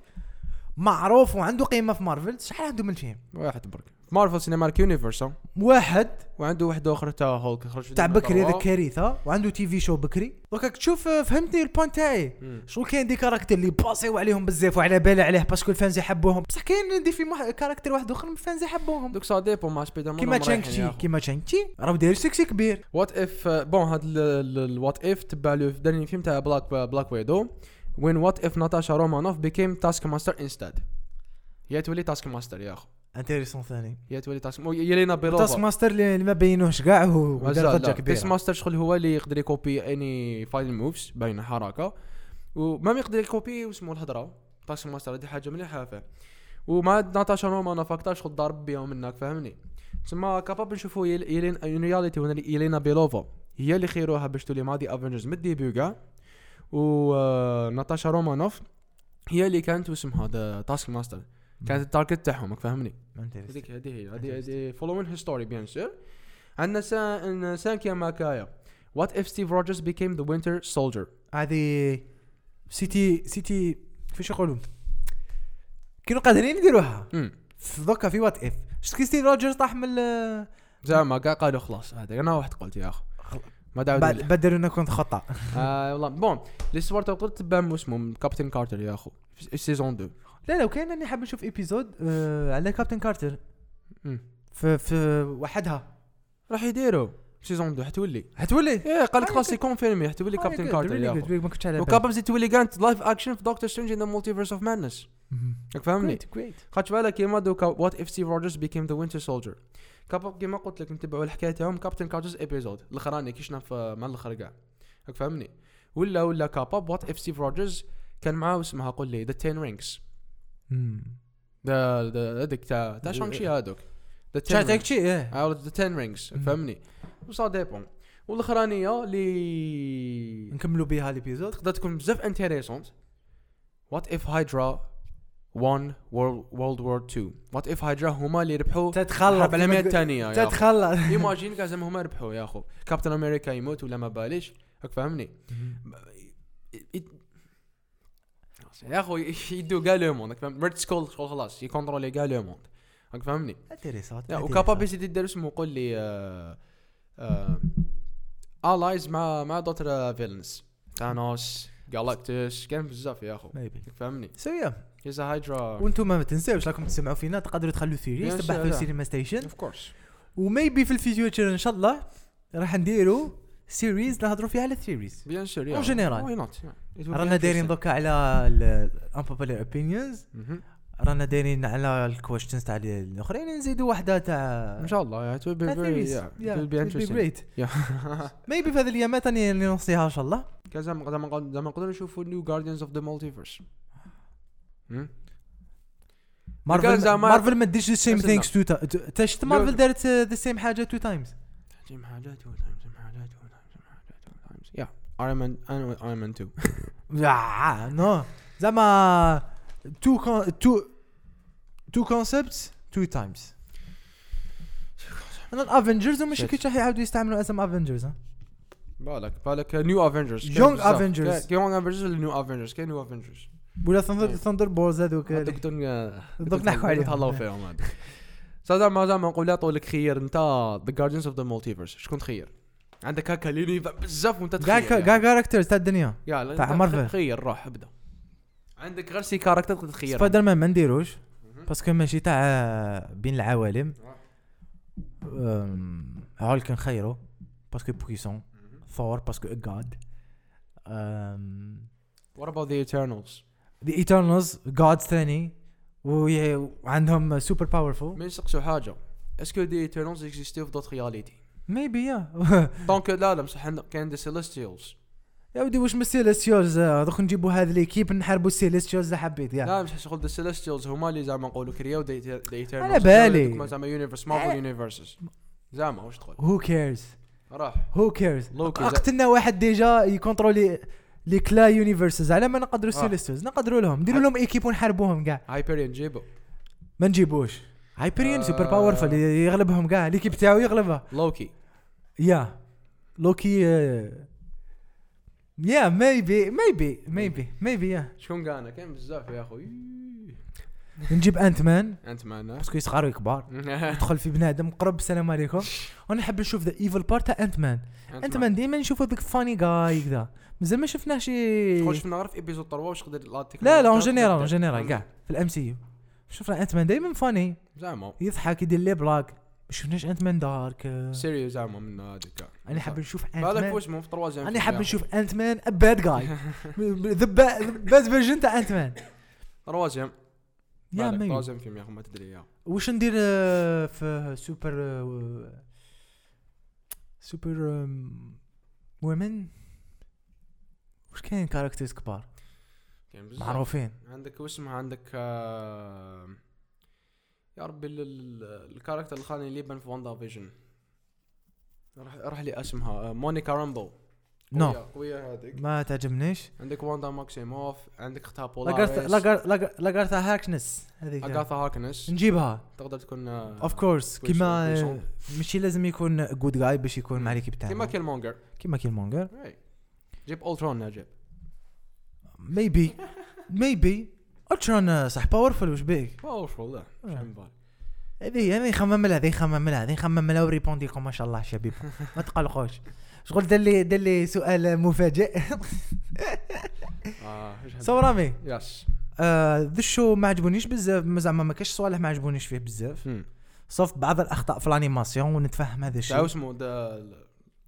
S1: معروف وعنده قيمه في مارفل شحال عنده من فيلم
S2: واحد برك مارفل سينمارك يونيفرس
S1: واحد
S2: وعنده واحد اخر تاع هولك خرج
S1: تاع
S2: منه
S1: بكري هذا
S2: توا.
S1: كارثه وعنده تي في شو بكري دوكا تشوف آه، فهمتني البوان تاعي
S2: مم.
S1: شغل كاين دي كاركتر اللي باسيو عليهم بزاف وعلى بالي عليه باسكو الفانز يحبوهم بصح كاين دي فيلم واحد كاركتر واحد اخر من الفانز يحبوهم
S2: دوك سا ديبو مع سبايدر مان
S1: كيما تشانك تشي كيما تشانك تشي راهو داير سكسي كبير
S2: وات اف آه، بون هاد الوات اف تبع لو دارين فيلم تاع بلاك بلاك ويدو وين وات اف ناتاشا رومانوف بيكيم تاسك ماستر انستاد يا تولي تاسك ماستر يا اخو
S1: انتيريسون ثاني
S2: يا تولي تاسك يلينا بيلوفا
S1: تاسك ماستر اللي اللي ما بينوهش كاع هو- ودار ضجه
S2: تاس
S1: كبيره
S2: ماستر شغل هو اللي يقدر يكوبي اني فاينل موفز باينه حركه ومام يقدر يكوبي واسمو الهضره تاس ماستر هذه حاجه مليحه فيه ومع ناتاشا رومان فاكتار شغل ضارب بهم منك فهمني تسمى كاباب نشوفوا يل- يلين ان رياليتي هنا يلينا بيلوفا هي اللي خيروها باش تولي ماضي افنجرز من الديبيو كاع و آه، ناتاشا رومانوف هي اللي كانت واسمها ذا تاسك ماستر كانت التاركت تاعهم راك فاهمني
S1: Interesting.
S2: هذيك هذه هي هذه هذه فولوين هيستوري بيان سور عندنا سان سانكيا ماكايا وات اف ستيف روجرز بيكيم ذا وينتر سولجر
S1: هذه سيتي سيتي كيفاش يقولوا كانوا قادرين يديروها في دوكا في وات اف شفت كي ستيف روجرز طاح من ال-
S2: زعما كاع قالوا خلاص هذا انا واحد قلت يا اخو ما دعوا
S1: بعد بعد داروا لنا كنت خطا
S2: آه والله بون لي سوار قلت تبان اسمهم كابتن كارتر يا اخو في سيزون 2
S1: لا لا وكاين اني حاب نشوف ايبيزود آه على كابتن كارتر
S2: مم.
S1: في في وحدها
S2: راح يديروا سيزون 2 حتولي
S1: حتولي
S2: ايه قال لك
S1: آه،
S2: خلاص
S1: good.
S2: يكون فيلمي حتولي كابتن كارتر يا اخو
S1: ما كنتش على بالي
S2: وكابتن زيد تولي كانت لايف اكشن في دكتور سترينج ان ذا مالتيفيرس اوف مادنس
S1: مهم.
S2: راك فاهمني
S1: Great, great.
S2: خاطش بالك كيما دوكا وات اف سي روجرز بيكيم ذا وينتر سولجر كابا كيما قلت لك نتبعوا الحكايه تاعهم كابتن كارترز ابيزود آه، الاخراني كي شفنا في- مع الاخر كاع راك فاهمني ولا ولا كابا وات اف سي روجرز كان معاه اسمها قول لي ذا تين رينكس
S1: مم.
S2: هذيك تاع تاع شانكشي هذوك ذا
S1: شاتك شي ايه
S2: ذا تين رينكس
S1: مم.
S2: فهمني وصار ديبون والاخرانيه اللي
S1: نكملوا بها الابيزود
S2: تقدر تكون بزاف انتريسونت وات اف هايدرا 1 وورلد وور 2 وات اف هايدرا هما اللي ربحوا
S1: تتخلى
S2: الحرب العالميه الثانيه يا أخو.
S1: تتخلى
S2: ايماجين كاع زعما هما ربحوا يا اخو كابتن امريكا يموت ولا ما باليش راك فاهمني يا اخو يدو كاع لو موند راك فاهم ريد سكول شغل خلاص يكونترولي كاع لو موند راك فاهمني
S1: انتريسات
S2: لا وكابابيسيتي دير اسمه قول لي آه، الايز مع مع دوتر آه، فيلنس ثانوس جالاكتوس كان بزاف يا اخو
S1: ميبي
S2: فهمني
S1: سويا
S2: هيز هايدرا
S1: وانتم ما تنساوش راكم تسمعوا فينا تقدروا تخلوا ثيريز
S2: Yes,
S1: تبحثوا
S2: yeah.
S1: سينما ستيشن
S2: اوف كورس
S1: وميبي في الفيوتشر ان شاء الله راح نديروا سيريز نهضروا فيها على الثيريز
S2: بيان سور
S1: En général.
S2: واي نوت
S1: رانا دايرين دوكا على الامبوبولار اوبينيونز رانا دايرين على الكويشنز تاع الاخرين نزيدوا واحده تاع
S2: ان شاء الله it will be
S1: تاع
S2: very
S1: theories.
S2: yeah,
S1: Yeah,
S2: it will be
S1: it'll be
S2: interesting
S1: great.
S2: Yeah.
S1: ميبي في هذه اليامات راني راني نوصيها ان شاء الله
S2: كان زعما زعما نقعد- زعما نقدروا نشوفوا نيو جارديانز اوف ذا مالتيفيرس Hmm?
S1: مارفل
S2: زعما-
S1: مارفل ما ديرش ذا سيم
S2: أسلنا.
S1: ثينكس تو تا شفت مارفل دارت ذا سيم حاجه تو تايمز
S2: جيم حاجات تو تايمز جيم حاجات تو تايمز جيم حاجات تو تايمز يا ايرون مان ايرون مان 2
S1: نو زعما تو تو تو كونسبتس تو تايمز انا الافنجرز وما
S2: Shit.
S1: شكيتش راح يعاودوا يستعملوا اسم افنجرز
S2: بالك بالك آه، نيو افنجرز
S1: Young Avengers.
S2: يونغ افنجرز ولا نيو افنجرز كاين نيو افنجرز
S1: ولا
S2: Yeah.
S1: ثندر بولز هذوك
S2: هذوك
S1: اللي-
S2: دون
S1: دوك نحكوا عليهم.
S2: تهلاو فيهم هذوك صار زعما زعما نقول لا طولك خير انت ذا جارديانز اوف ذا مالتيفيرس شكون تخير عندك هكا ليني بزاف وانت
S1: كاع
S2: تخير
S1: كاع كاركترز تاع الدنيا
S2: يلا
S1: تاع
S2: تاع
S1: Marvel.
S2: مارفل تخير روح ابدا عندك غير سي كاركتر تقدر تخير
S1: سبايدر مان ما نديروش باسكو ماشي تاع بين العوالم أم، هولك نخيرو باسكو بويسون ثور باسكو جاد Euh,
S2: وات اباوت ذا ايترنالز
S1: ذا ايترنالز جادز ثاني وي- وعندهم سوبر باورفول
S2: ما نسقسوا حاجه اسكو دي ايترنالز اكزيستيو في دوت رياليتي
S1: ميبي يا
S2: دونك لا لا بصح عندنا- كاين دي سيليستيالز
S1: يا ودي واش من السيليستيوز دوك نجيبوا هذا ليكيب نحاربوا السيليستيوز اللي حبيت يا
S2: لا مش شغل ذا سيليستيالز هما اللي زعما نقولوا كرياو دي ايترنالز
S1: على بالي.
S2: زعما يونيفرس مارفل يونيفرسز زعما واش تقول
S1: هو كيرز
S2: راح
S1: هو كيرز
S2: Loki is a-
S1: قتلنا واحد ديجا يكونترولي لي كلا يونيفرسز على ما نقدروا
S2: آه.
S1: السيليستيوز نقدروا لهم نديروا لهم ايكيب ونحاربوهم كاع
S2: هايبريون جيبو
S1: ما نجيبوش هايبريون
S2: آه.
S1: سوبر باورفل ي- يغلبهم كاع ليكيب تاعو يغلبها
S2: لوكي
S1: يا لوكي آه، يا ميبي ميبي ميبي ميبي يا
S2: شكون كان كاين بزاف يا اخوي
S1: نجيب انت مان
S2: انت معنا
S1: باسكو يصغر ويكبر يدخل في بنادم قرب السلام عليكم وانا نحب نشوف ذا ايفل بارت تاع انت مان انت مان ديما نشوفو ذاك فاني جاي كذا مازال ما شفناه شي
S2: شكون شفنا غير في ابيزود 3 واش قدر لا
S1: لا لا اون جينيرال اون جينيرال كاع في الام سي يو شوف راه انت مان دائما فاني
S2: زعما
S1: يضحك يدير لي بلاك ما شفناش انت مان دارك آه.
S2: سيريو زعما من هذيك
S1: انا حاب نشوف انت
S2: بالك
S1: مان
S2: واش مو في 3
S1: انا حاب نشوف انت مان باد جاي ذا باد فيرجن تاع انت مان
S2: 3
S1: يا مي
S2: 3 فيلم يا اخو ما تدري يا
S1: واش ندير آه، في سوبر آه، سوبر وومن واش كاين كاركترز كبار
S2: كاين بزاف
S1: معروفين
S2: عندك واش اسمها عندك آه، يا ربي ال- ال- الكاركتر الخاني اللي بان في واندا فيجن راح راح لي اسمها آه، مونيكا رامبو
S1: نو.
S2: قوية- قوية هذيك
S1: ما تعجبنيش
S2: عندك واندا ماكسيموف عندك اختها
S1: لاغارثا
S2: بولاريس
S1: لاغارثا لاغارثا هاكنس هذيك
S2: اغاثا هاركنس
S1: نجيبها
S2: تقدر تكون آه،
S1: اوف كورس
S2: كويس
S1: كيما
S2: كويس.
S1: آه، ماشي لازم يكون جود جاي باش يكون مع ليكيب
S2: كيما
S1: تاعنا
S2: كيل مونجر
S1: كيما كيل مونجر
S2: جيب اولترون نجيب
S1: ميبي ميبي اوترون آه، صح باورفل واش بيك
S2: باورفول لا مش عم بالي
S1: هذه هذه نخمم لها هذه نخمم لها هذه نخمم لها وريبوندي لكم ما شاء الله شباب ما تقلقوش شغل دار لي دار لي سؤال مفاجئ
S2: آه، إيش هاد-
S1: سو رامي
S2: يس
S1: آه، ذا الشو ما عجبونيش بزاف ما زعما ما كاش صوالح ما عجبونيش فيه بزاف
S2: مم.
S1: صوف بعض الاخطاء في الانيماسيون ونتفهم هذا الشيء
S2: تعاو اسمه ذا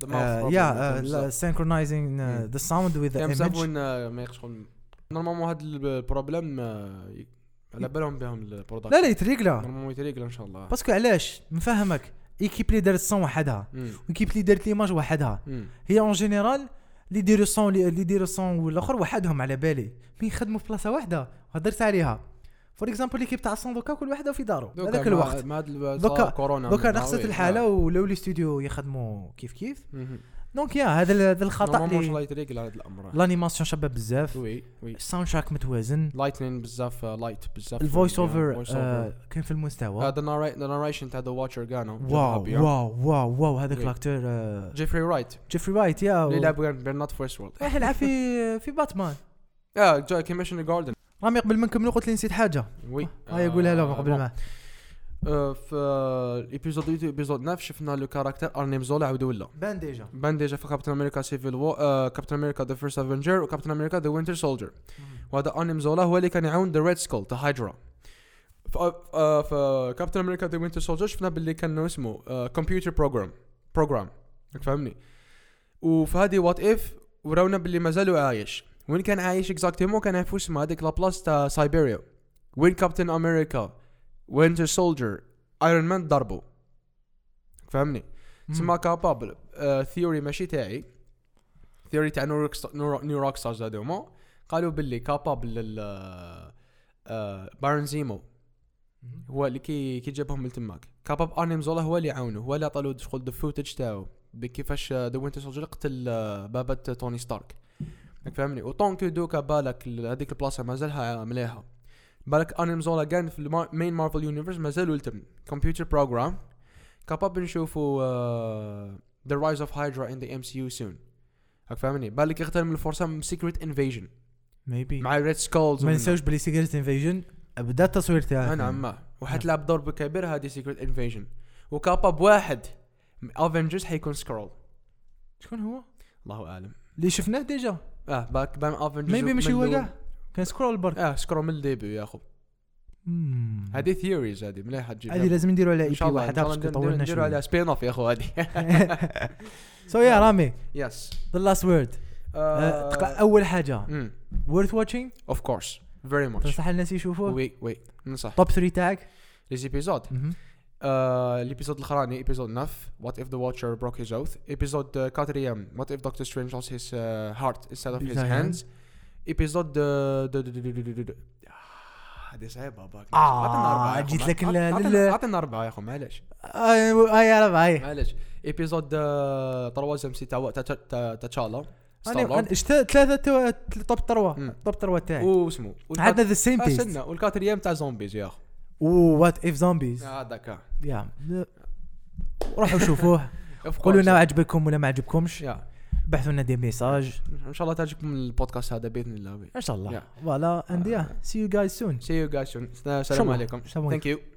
S2: ذا
S1: آه، يا سينكرونايزينغ
S2: مم.
S1: ذا ساوند وذ ذا
S2: كان بزاف
S1: ايمج
S2: وين آه، ما يقصون نورمالمون هاد البروبليم آه، ي- على بالهم بهم البرودكت
S1: لا لا يتريقلا
S2: نورمالمون يتريقل ان شاء الله
S1: باسكو علاش نفهمك ايكيب اللي دارت الصون وحدها
S2: مم.
S1: وكيب اللي دارت ليماج وحدها
S2: مم.
S1: هي اون جينيرال اللي يديروا الصون اللي اللي يديروا الصون والاخر وحدهم على بالي مي يخدموا في بلاصه واحده هدرت عليها فور اكزامبل ليكيب تاع الصون دوكا كل وحده في داره
S2: دوكا
S1: هذاك
S2: مع-
S1: الوقت
S2: مع هاد ال-
S1: دوكا-
S2: صار كورونا
S1: دوكا
S2: منها،
S1: نقصت
S2: وي. نعم.
S1: الحاله ولاو لي ستوديو يخدموا كيف كيف
S2: مهم.
S1: دونك يا هذا ال- هذا الخطا
S2: نورمالمون ان شاء الله
S1: اللي
S2: يتريقل هذا الامر
S1: لانيماسيون شابه بزاف
S2: وي وي
S1: الساوند تراك متوازن
S2: لايتنين بزاف لايت بزاف
S1: الفويس اوفر
S2: voice over. آه،
S1: كان في المستوى
S2: هذا الناريشن تاع ذا واتشر كانو
S1: آه، واو واو واو واو هذاك آه،
S2: وي.
S1: الاكتور
S2: جيفري رايت
S1: جيفري رايت يا
S2: اللي لعب بيرنات فيرست وورلد
S1: راح يلعب في في باتمان
S2: اه جاي كيميشن جاردن
S1: رامي قبل ما نكملوا قلت لي نسيت حاجه
S2: وي آه،
S1: ها يقولها لهم قبل
S2: بون.
S1: ما
S2: آه، في ايبيزود 8 ايبيزود 9 شفنا لو كاركتر ارنيم زولا عاود ولا
S1: بان ديجا
S2: بان ديجا في كابتن امريكا سيفل و كابتن امريكا ذا فيرست افنجر وكابتن امريكا ذا وينتر سولجر وهذا ارنيم زولا هو اللي كان يعاون ذا ريد سكول ذا هايدرا آه، في كابتن امريكا ذا وينتر سولجر شفنا باللي كان اسمه آه، كمبيوتر بروجرام بروجرام فهمني وفي هذه وات اف وراونا باللي مازالو عايش وين كان عايش اكزاكتومون كان عارف اسمه هذيك لابلاس تاع سايبيريا وين كابتن امريكا وينتر سولجر ايرون مان ضربوا فهمني تسمى كابابل ثيوري آه، ماشي تاعي ثيوري تاع نيو روك نيو نيو روك ستارز هذوما قالوا باللي كابابل لل آه، بارن زيمو هو اللي كي كي جابهم لتماك كاباب ارنيم زولا هو اللي عاونه هو اللي عطالو شغل ذا فوتج تاعو uh, بكيفاش ذا وينتر سولجر قتل آه، بابا توني ستارك راك فاهمني وطونك دوكا بالك ال- هذيك البلاصه مازالها مليحه بالك ارنيم زولا كان في المين مارفل يونيفرس مازالو التم كمبيوتر بروجرام كاباب uh, نشوفوا ذا رايز اوف هايدرا ان ذا ام سي يو سون راك فاهمني بالك يغتنم الفرصه من سيكريت انفيجن
S1: ميبي
S2: مع ريد سكولز
S1: ما ننساوش بلي سيكريت انفيجن بدا التصوير تاعها
S2: نعم ما وحتلعب دور بكبير هذه سيكريت انفيجن وكابا بواحد افنجرز حيكون سكرول
S1: شكون هو
S2: الله اعلم
S1: اللي شفناه ديجا
S2: اه باك بام افنجرز
S1: ميبي ماشي هو كاع كان سكرول برك
S2: اه سكرول من الديبي يا اخو
S1: مم.
S2: هذه ثيوريز هذه مليحه تجيب
S1: هذه لازم نديروا عليها
S2: ان
S1: اي بي
S2: شاء الله
S1: واحد
S2: ان شاء
S1: باسكو
S2: الله
S1: طولنا
S2: نديروا عليها
S1: شويه
S2: سبين اوف يا اخو هذه
S1: سو يا رامي
S2: يس
S1: ذا لاست وورد
S2: آه،
S1: آه، أه، اول حاجه وورث واتشينج
S2: اوف كورس فيري ماتش
S1: تنصح الناس يشوفوه
S2: وي وي ننصح
S1: توب 3 تاعك
S2: لي زيبيزود
S1: مهم.
S2: الابيزود الاخراني ابيزود 9 وات اف ذا واتشر بروك هيز اوث ابيزود كاتريام وات اف دكتور سترينج لوس هيز هارت انستيد اوف هيز
S1: His hands.
S2: هاندز ابيزود هذه صعيبه باك
S1: آه،
S2: عطنا أربعة يا
S1: جيت
S2: أخو.
S1: لك
S2: عط-
S1: ال- إيه.
S2: عطنا-
S1: لل-
S2: عطنا اربعه يا اخو معليش
S1: اي اي آه، يا ربع اي
S2: معليش آه، ابيزود طروازم سي تاع تاتشالا
S1: انا شفت ثلاثه تو- توب 3
S2: مم.
S1: توب 3 تاعي
S2: و اسمه والكات-
S1: عندنا ذا سيم
S2: آه،
S1: تيست
S2: استنى والكاتريام تاع زومبيز يا اخو
S1: وات اف زومبيز
S2: هذاك آه.
S1: يا روحوا شوفوه
S2: Of
S1: قولوا
S2: course.
S1: لنا عجبكم ولا ما عجبكمش
S2: يا.
S1: بحثوا لنا دي ميساج
S2: ان شاء الله تعجبكم البودكاست هذا باذن الله وي.
S1: ان شاء الله
S2: Yeah.
S1: فوالا اند يا سي يو جايز سون
S2: See you guys soon. السلام
S1: Shalom.
S2: عليكم.
S1: Shalom.
S2: Thank you.